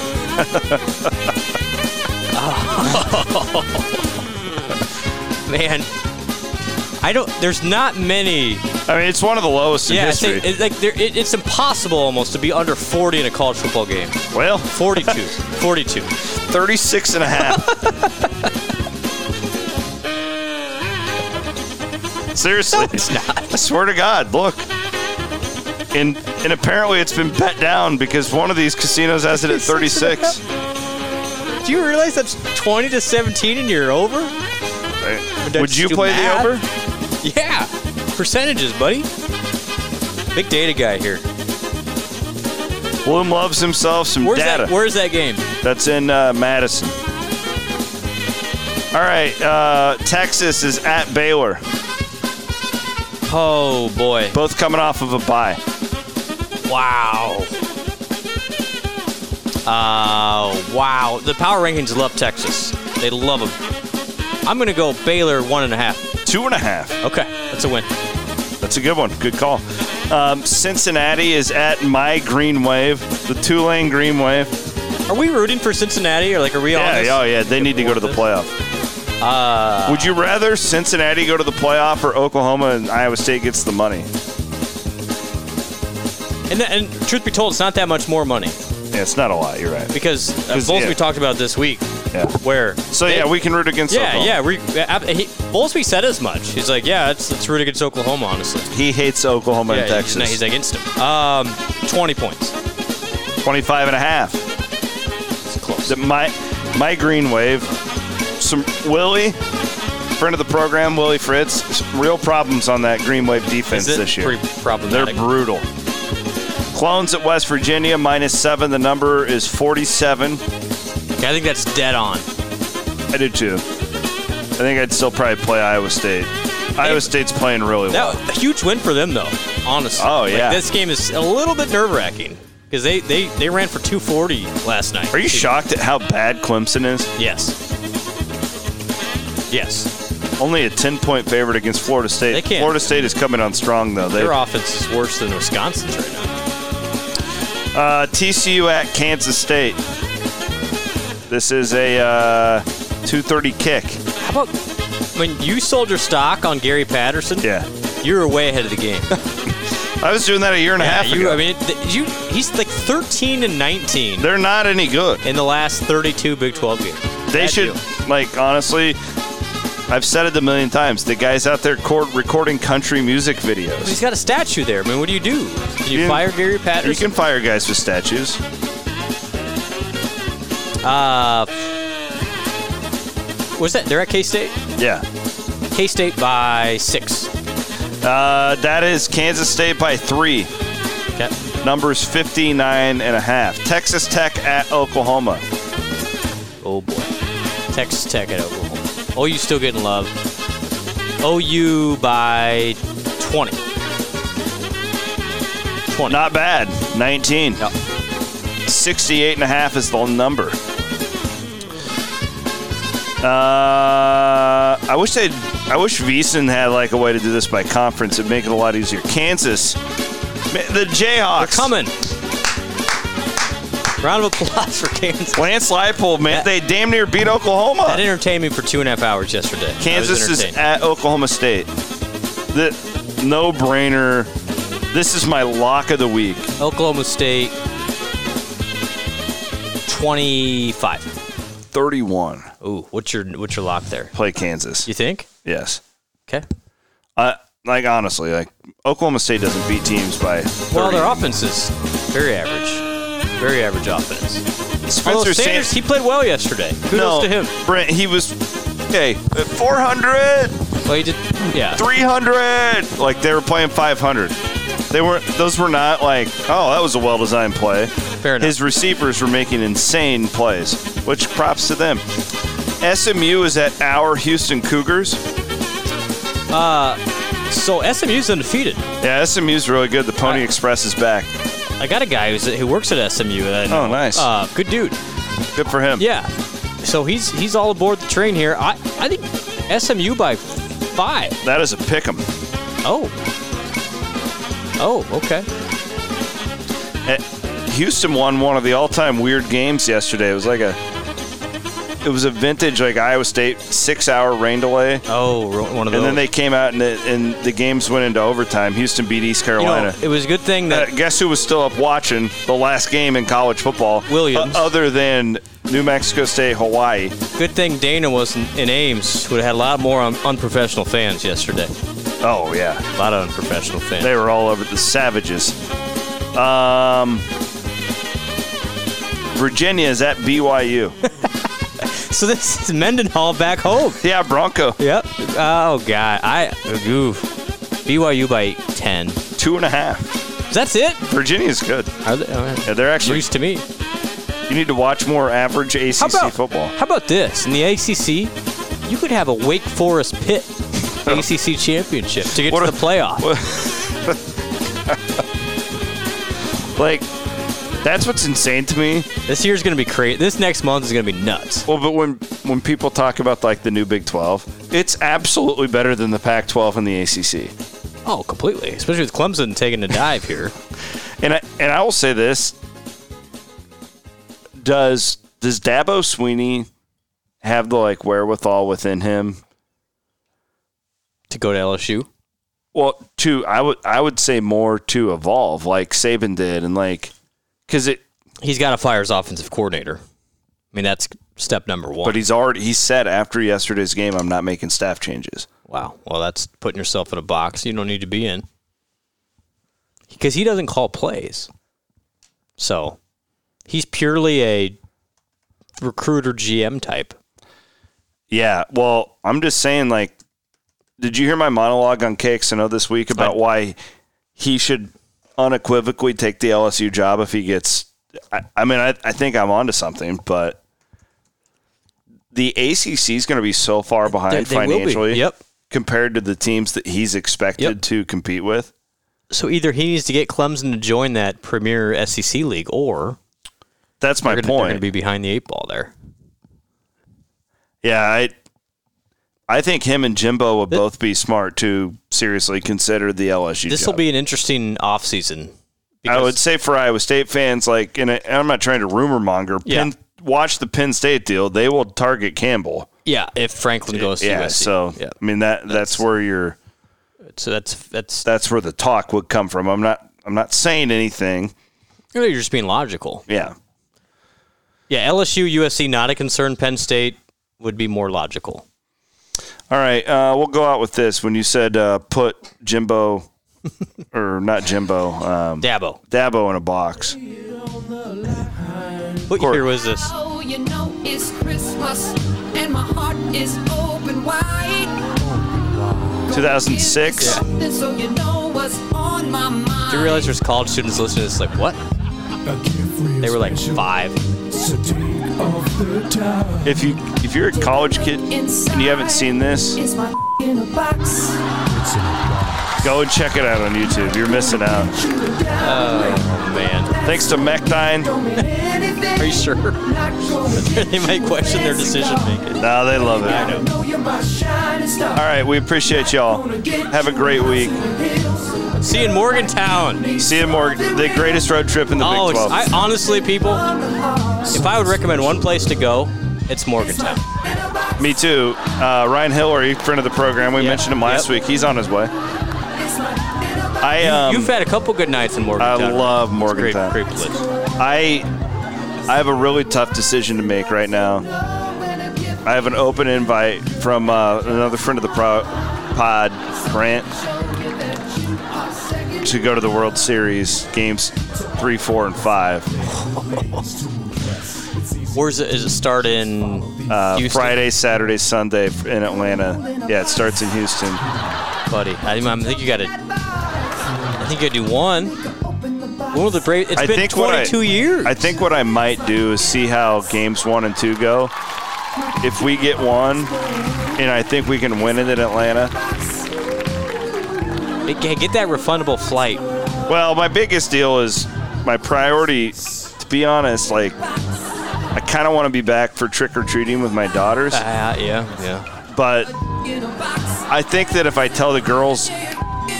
Speaker 2: Oh. Man, I don't. There's not many.
Speaker 1: I mean, it's one of the lowest in
Speaker 2: Yeah, I
Speaker 1: history.
Speaker 2: think it, like there, it, it's impossible almost to be under 40 in a college football game.
Speaker 1: well,
Speaker 2: 42, 42.
Speaker 1: 36 and a half. Seriously, it's not. I swear to God, look. And and apparently it's been bet down because one of these casinos has it at 36.
Speaker 2: Do you realize that's 20 to 17 and you're over?
Speaker 1: Would you
Speaker 2: do
Speaker 1: play
Speaker 2: math?
Speaker 1: the over?
Speaker 2: Yeah, percentages, buddy. Big data guy here.
Speaker 1: Bloom loves himself some
Speaker 2: Where's
Speaker 1: data.
Speaker 2: that? Where's that game?
Speaker 1: That's in uh, Madison. All right, uh, Texas is at Baylor,
Speaker 2: Oh boy!
Speaker 1: both coming off of a bye.
Speaker 2: Wow. Uh, wow. The power rankings love Texas. They love them. I'm gonna go Baylor one and a half.
Speaker 1: Two and a half.
Speaker 2: Okay, that's a win.
Speaker 1: That's a good one. Good call. Um, Cincinnati is at my green wave, the Tulane green wave.
Speaker 2: Are we rooting for Cincinnati or like are we on?
Speaker 1: Yeah,
Speaker 2: this?
Speaker 1: yeah, oh yeah. They need to go to the playoff. Uh, Would you rather Cincinnati go to the playoff or Oklahoma and Iowa State gets the money?
Speaker 2: And, that- and truth be told, it's not that much more money
Speaker 1: Yeah, it's not a lot. You're right.
Speaker 2: because uh,
Speaker 1: 'Cause,
Speaker 2: Volsby
Speaker 1: yeah.
Speaker 2: talked about this week.
Speaker 1: Yeah.
Speaker 2: Where
Speaker 1: So
Speaker 2: they-
Speaker 1: yeah, we can root against.
Speaker 2: Yeah,
Speaker 1: Oklahoma.
Speaker 2: yeah. We, ab- he, Volsby said as much. He's like, yeah, it's it's really against Oklahoma, honestly.
Speaker 1: He hates Oklahoma
Speaker 2: Yeah,
Speaker 1: and
Speaker 2: he's,
Speaker 1: Texas.
Speaker 2: not- he's against him. Um, twenty points.
Speaker 1: 25 and a half.
Speaker 2: It's close.
Speaker 1: that my my green wave. Some Willie, friend of the program, Willie Fritz. Some real problems on that green wave defense
Speaker 2: Is it
Speaker 1: this year.
Speaker 2: pretty
Speaker 1: They're
Speaker 2: problematic?
Speaker 1: brutal. Clones at West Virginia minus seven. The number is forty-seven.
Speaker 2: I think that's dead on.
Speaker 1: I do too. I think I'd still probably play Iowa State. Iowa State's playing really well.
Speaker 2: That a huge win for them, though. Honestly.
Speaker 1: Oh,
Speaker 2: Like,
Speaker 1: yeah.
Speaker 2: this game is a little bit nerve wracking because they, they they ran for 240 last night.
Speaker 1: Are you shocked at how bad Clemson is?
Speaker 2: Yes. Yes.
Speaker 1: Only a ten-point favorite against Florida State.
Speaker 2: They can't.
Speaker 1: Florida State is coming on strong though. They
Speaker 2: Their offense is worse than Wisconsin's right now.
Speaker 1: Uh, TCU at Kansas State. This is a uh, 230 kick.
Speaker 2: How about when you sold your stock on Gary Patterson?
Speaker 1: Yeah.
Speaker 2: You were way ahead of the game.
Speaker 1: I was doing that a year and a half
Speaker 2: you,
Speaker 1: ago.
Speaker 2: I mean, th- you he's like 13 and 19
Speaker 1: They're not any good.
Speaker 2: in the last 32 Big 12 games.
Speaker 1: They
Speaker 2: Bad
Speaker 1: should,
Speaker 2: deal.
Speaker 1: like, honestly, I've said it a million times. The guys out there cord- recording country music videos.
Speaker 2: He's got a statue there. I mean, what do you do? Can you,
Speaker 1: You-
Speaker 2: fire Gary Patterson?
Speaker 1: You can fire guys with statues.
Speaker 2: What's that? They're at K State.
Speaker 1: Yeah.
Speaker 2: K State by six.
Speaker 1: Uh, that is Kansas State by three.
Speaker 2: Okay.
Speaker 1: Numbers 59 and a half. Texas Tech at Oklahoma.
Speaker 2: Oh boy. Texas Tech at Oklahoma. OU still getting love. OU by twenty. Twenty.
Speaker 1: Not bad. 19.
Speaker 2: No.
Speaker 1: 68 and a half is the number. Uh, I wish they, I wish Veasan had like a way to do this by conference. It'd make it a lot easier. Kansas, Ma- the Jayhawks,
Speaker 2: coming. Round of applause for Kansas.
Speaker 1: Lance Leipold, man,
Speaker 2: That-
Speaker 1: they damn near beat
Speaker 2: That
Speaker 1: Oklahoma.
Speaker 2: entertained me for two and a half hours yesterday. I was
Speaker 1: Kansas is
Speaker 2: entertained.
Speaker 1: at Oklahoma State. The no brainer. This is my lock of the week.
Speaker 2: Oklahoma State. Twenty-five.
Speaker 1: 31.
Speaker 2: Ooh, what's your what's your lock there?
Speaker 1: Play Kansas.
Speaker 2: You think?
Speaker 1: Yes.
Speaker 2: Okay.
Speaker 1: Uh, like honestly, like Oklahoma State doesn't beat teams by. 30.
Speaker 2: Well, their offense is very average. Very average offense. Although
Speaker 1: Spencer
Speaker 2: Sanders, he played well yesterday. Kudos
Speaker 1: no,
Speaker 2: to him.
Speaker 1: Brent, he was okay. 400,
Speaker 2: Well, he did. Yeah.
Speaker 1: 300. Like they were playing 500. They weren't. Those were not like. Oh, that was a well-designed play.
Speaker 2: Fair enough.
Speaker 1: His receivers were making insane plays, which props to them. SMU is at our Houston Cougars.
Speaker 2: So SMU's undefeated.
Speaker 1: Yeah, SMU's really good. The Pony
Speaker 2: I-
Speaker 1: Express is back.
Speaker 2: I got a guy who's, who works at SMU. That I know.
Speaker 1: Oh, nice.
Speaker 2: Uh, good dude.
Speaker 1: Good for him.
Speaker 2: Yeah. So he's he's all aboard the train here. I I think SMU by five.
Speaker 1: That is a pick 'em.
Speaker 2: Oh. Oh, okay.
Speaker 1: Eh, Houston won one of the all-time weird games yesterday. It was like a, it was a vintage like Iowa State six-hour rain delay,
Speaker 2: Oh, ro- one of those.
Speaker 1: and then they came out and the, and the games went into overtime. Houston beat East
Speaker 2: You know,
Speaker 1: Carolina.
Speaker 2: it was a good thing that
Speaker 1: Uh, guess who was still up watching the last game in college football?
Speaker 2: Williams.
Speaker 1: O- other than New Mexico State, Hawaii.
Speaker 2: good thing Dana wasn't in Ames. Would have had a lot more un- unprofessional fans yesterday.
Speaker 1: Oh yeah.
Speaker 2: A lot of unprofessional fans.
Speaker 1: They were all over the Savages. Um, Virginia is at BYU.
Speaker 2: So this is Mendenhall back home.
Speaker 1: yeah, Bronco.
Speaker 2: Yep. Oh God. I oof. BYU by ten.
Speaker 1: Two and a half.
Speaker 2: That's it.
Speaker 1: Virginia's good.
Speaker 2: Are they, all right.
Speaker 1: Yeah, they're actually.
Speaker 2: oh, News to me.
Speaker 1: You need to watch more average ACC
Speaker 2: How about
Speaker 1: football.
Speaker 2: How about this in the ACC? You could have a Wake Forest Pitt ACC championship to get
Speaker 1: What
Speaker 2: to
Speaker 1: a-
Speaker 2: the playoff.
Speaker 1: Like, that's what's insane to me.
Speaker 2: This year's going to be crazy. This next month is going to be nuts.
Speaker 1: Well, but when when people talk about like the new Big Twelve, it's absolutely better than the Pac-12 and the ACC.
Speaker 2: Oh, completely. Especially with Clemson taking a dive here.
Speaker 1: And I, and I will say this: Does does Dabo Sweeney have the like wherewithal within him?
Speaker 2: to go to LSU.
Speaker 1: Well, to I would I would say more to evolve like Saban did, and like because it.
Speaker 2: He's got to fire his offensive coordinator. I mean, that's step number one.
Speaker 1: But he's already he said after yesterday's game, I'm not making staff changes.
Speaker 2: wow. Well, that's putting yourself in a box you don't need to be in. Because he doesn't call plays. So he's purely a recruiter GM type.
Speaker 1: Yeah. Well, I'm just saying like. Did you hear my monologue on KXNO this week about why he should unequivocally take the LSU job if he gets? I, I mean, I, I think I'm onto something, but the ACC is going to be so far behind
Speaker 2: they will be.
Speaker 1: financially.
Speaker 2: Yep.
Speaker 1: Compared to the teams that he's expected
Speaker 2: Yep.
Speaker 1: to compete with,
Speaker 2: So either he needs to get Clemson to join that premier SEC league or
Speaker 1: that's my
Speaker 2: they're going to
Speaker 1: point.
Speaker 2: be behind the eight ball there.
Speaker 1: yeah, I, I think him and Jimbo will both be smart to seriously consider the LSU.
Speaker 2: This will
Speaker 1: job.
Speaker 2: be an interesting offseason.
Speaker 1: I would say for Iowa State fans, like, and I- and I'm not trying to rumor monger. Penn, watch the Penn State deal; they will target Campbell.
Speaker 2: Yeah, if Franklin goes to
Speaker 1: yeah,
Speaker 2: USC.
Speaker 1: so
Speaker 2: yeah.
Speaker 1: I mean that that's where your
Speaker 2: So that's that's
Speaker 1: that's where the talk would come from. I'm not I'm not saying anything.
Speaker 2: you know, you're just being logical.
Speaker 1: Yeah,
Speaker 2: Yeah, LSU, USC, not a concern. Penn State would be more logical.
Speaker 1: all right, uh, we'll go out with this. When you said uh, put Jimbo or not Jimbo, um,
Speaker 2: Dabo,
Speaker 1: Dabo in a box.
Speaker 2: what
Speaker 1: Corey.
Speaker 2: year was this?
Speaker 7: Oh, you know it's Christmas and my heart is open wide.
Speaker 1: 2006.
Speaker 7: Something So you know what's on my mind.
Speaker 2: Do you realize there's college students listening to this? Like, what? They were like five.
Speaker 1: If you if you're a college kid and you haven't seen this,
Speaker 7: It's my in a box.
Speaker 1: go and check it out on YouTube. You're missing out.
Speaker 2: Oh, man.
Speaker 1: Thanks to Mech 9
Speaker 2: Are you sure? they might question their decision making.
Speaker 1: No, they love it. All right, we appreciate y'all. Have a great week.
Speaker 2: See you in Morgantown.
Speaker 1: See you more. The greatest road trip in the
Speaker 2: Oh,
Speaker 1: Big
Speaker 2: it's,
Speaker 1: 12.
Speaker 2: I, honestly, people, if I would recommend one place to go, it's Morgantown.
Speaker 1: Me too. Uh, Ryan Hillary, friend of the program. We
Speaker 2: Yeah.
Speaker 1: mentioned him last
Speaker 2: Yep.
Speaker 1: week. He's on his way. I um,
Speaker 2: You've had a couple good nights in
Speaker 1: I
Speaker 2: Morgantown.
Speaker 1: love
Speaker 2: Great,
Speaker 1: Morgantown.
Speaker 2: great place.
Speaker 1: I I have a really tough decision to make right now. I have an open invite from uh, another friend of the pro- pod, Grant, to go to the World Series games three, four, and five.
Speaker 2: Where's it? Is it start in
Speaker 1: Uh,
Speaker 2: Houston?
Speaker 1: Friday, Saturday, Sunday f- in Atlanta. Yeah, it starts in Houston.
Speaker 2: buddy. I, I think you got to. I think you got to do one. One of the brave. It's
Speaker 1: I
Speaker 2: been
Speaker 1: think what I-
Speaker 2: 22 years.
Speaker 1: I think what I might do is see how games one and two go. If we get one, and I think we can win it in Atlanta.
Speaker 2: Hey, Get that refundable flight.
Speaker 1: Uh, Well, my biggest deal is my priority. To be honest, like I kind of want to be back for trick or treating with my daughters,
Speaker 2: Uh-huh. yeah, yeah.
Speaker 1: but I think that if I tell the girls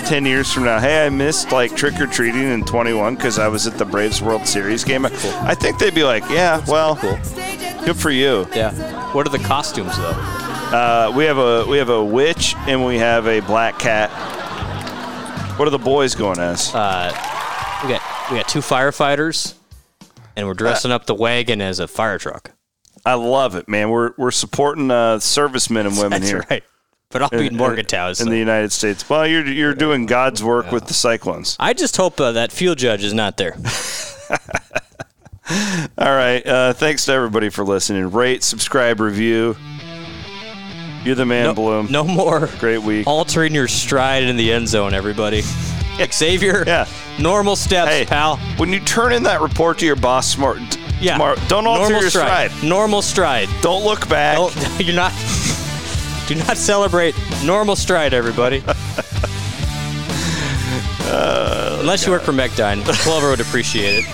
Speaker 1: 10 years from now, hey, I missed like trick or treating in 21 because I was at the Braves World Series game. I think they'd be like, yeah, well, good for you.
Speaker 2: Yeah. What are the costumes though?
Speaker 1: Uh, we have a we have a witch and we have a black cat. What are the boys going as?
Speaker 2: We got we got two firefighters, and we're dressing
Speaker 1: Uh,
Speaker 2: up the wagon as a fire truck.
Speaker 1: I love it, man. We're we're supporting uh, servicemen and women
Speaker 2: That's
Speaker 1: here.
Speaker 2: right. But I'll be in
Speaker 1: in-
Speaker 2: Morgantown.
Speaker 1: in
Speaker 2: so-
Speaker 1: the United States. Well, you're you're doing God's work with the Cyclones.
Speaker 2: I just hope uh, that field judge is not there.
Speaker 1: All right. Uh, thanks to everybody for listening. Rate, subscribe, review. You're the man, Bloom.
Speaker 2: no more
Speaker 1: Great week.
Speaker 2: altering your stride in the end zone, everybody. Xavier,
Speaker 1: Yeah.
Speaker 2: normal steps,
Speaker 1: Hey,
Speaker 2: pal.
Speaker 1: When you turn in that report to your boss, smart.
Speaker 2: Yeah,
Speaker 1: Tomorrow, don't alter
Speaker 2: normal
Speaker 1: your stride.
Speaker 2: Normal stride.
Speaker 1: Don't look back.
Speaker 2: Don't, you're not. Do not celebrate normal stride, everybody. Unless you work for McDine, Clover would appreciate it.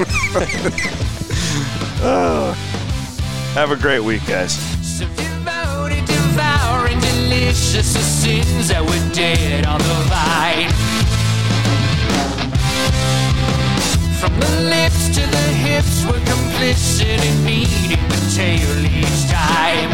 Speaker 1: Have a great week, guys.
Speaker 3: So devoted, devouring delicious the sins that were dead on the vine. From the lips to the hips, we're complicit in meeting the tail each time.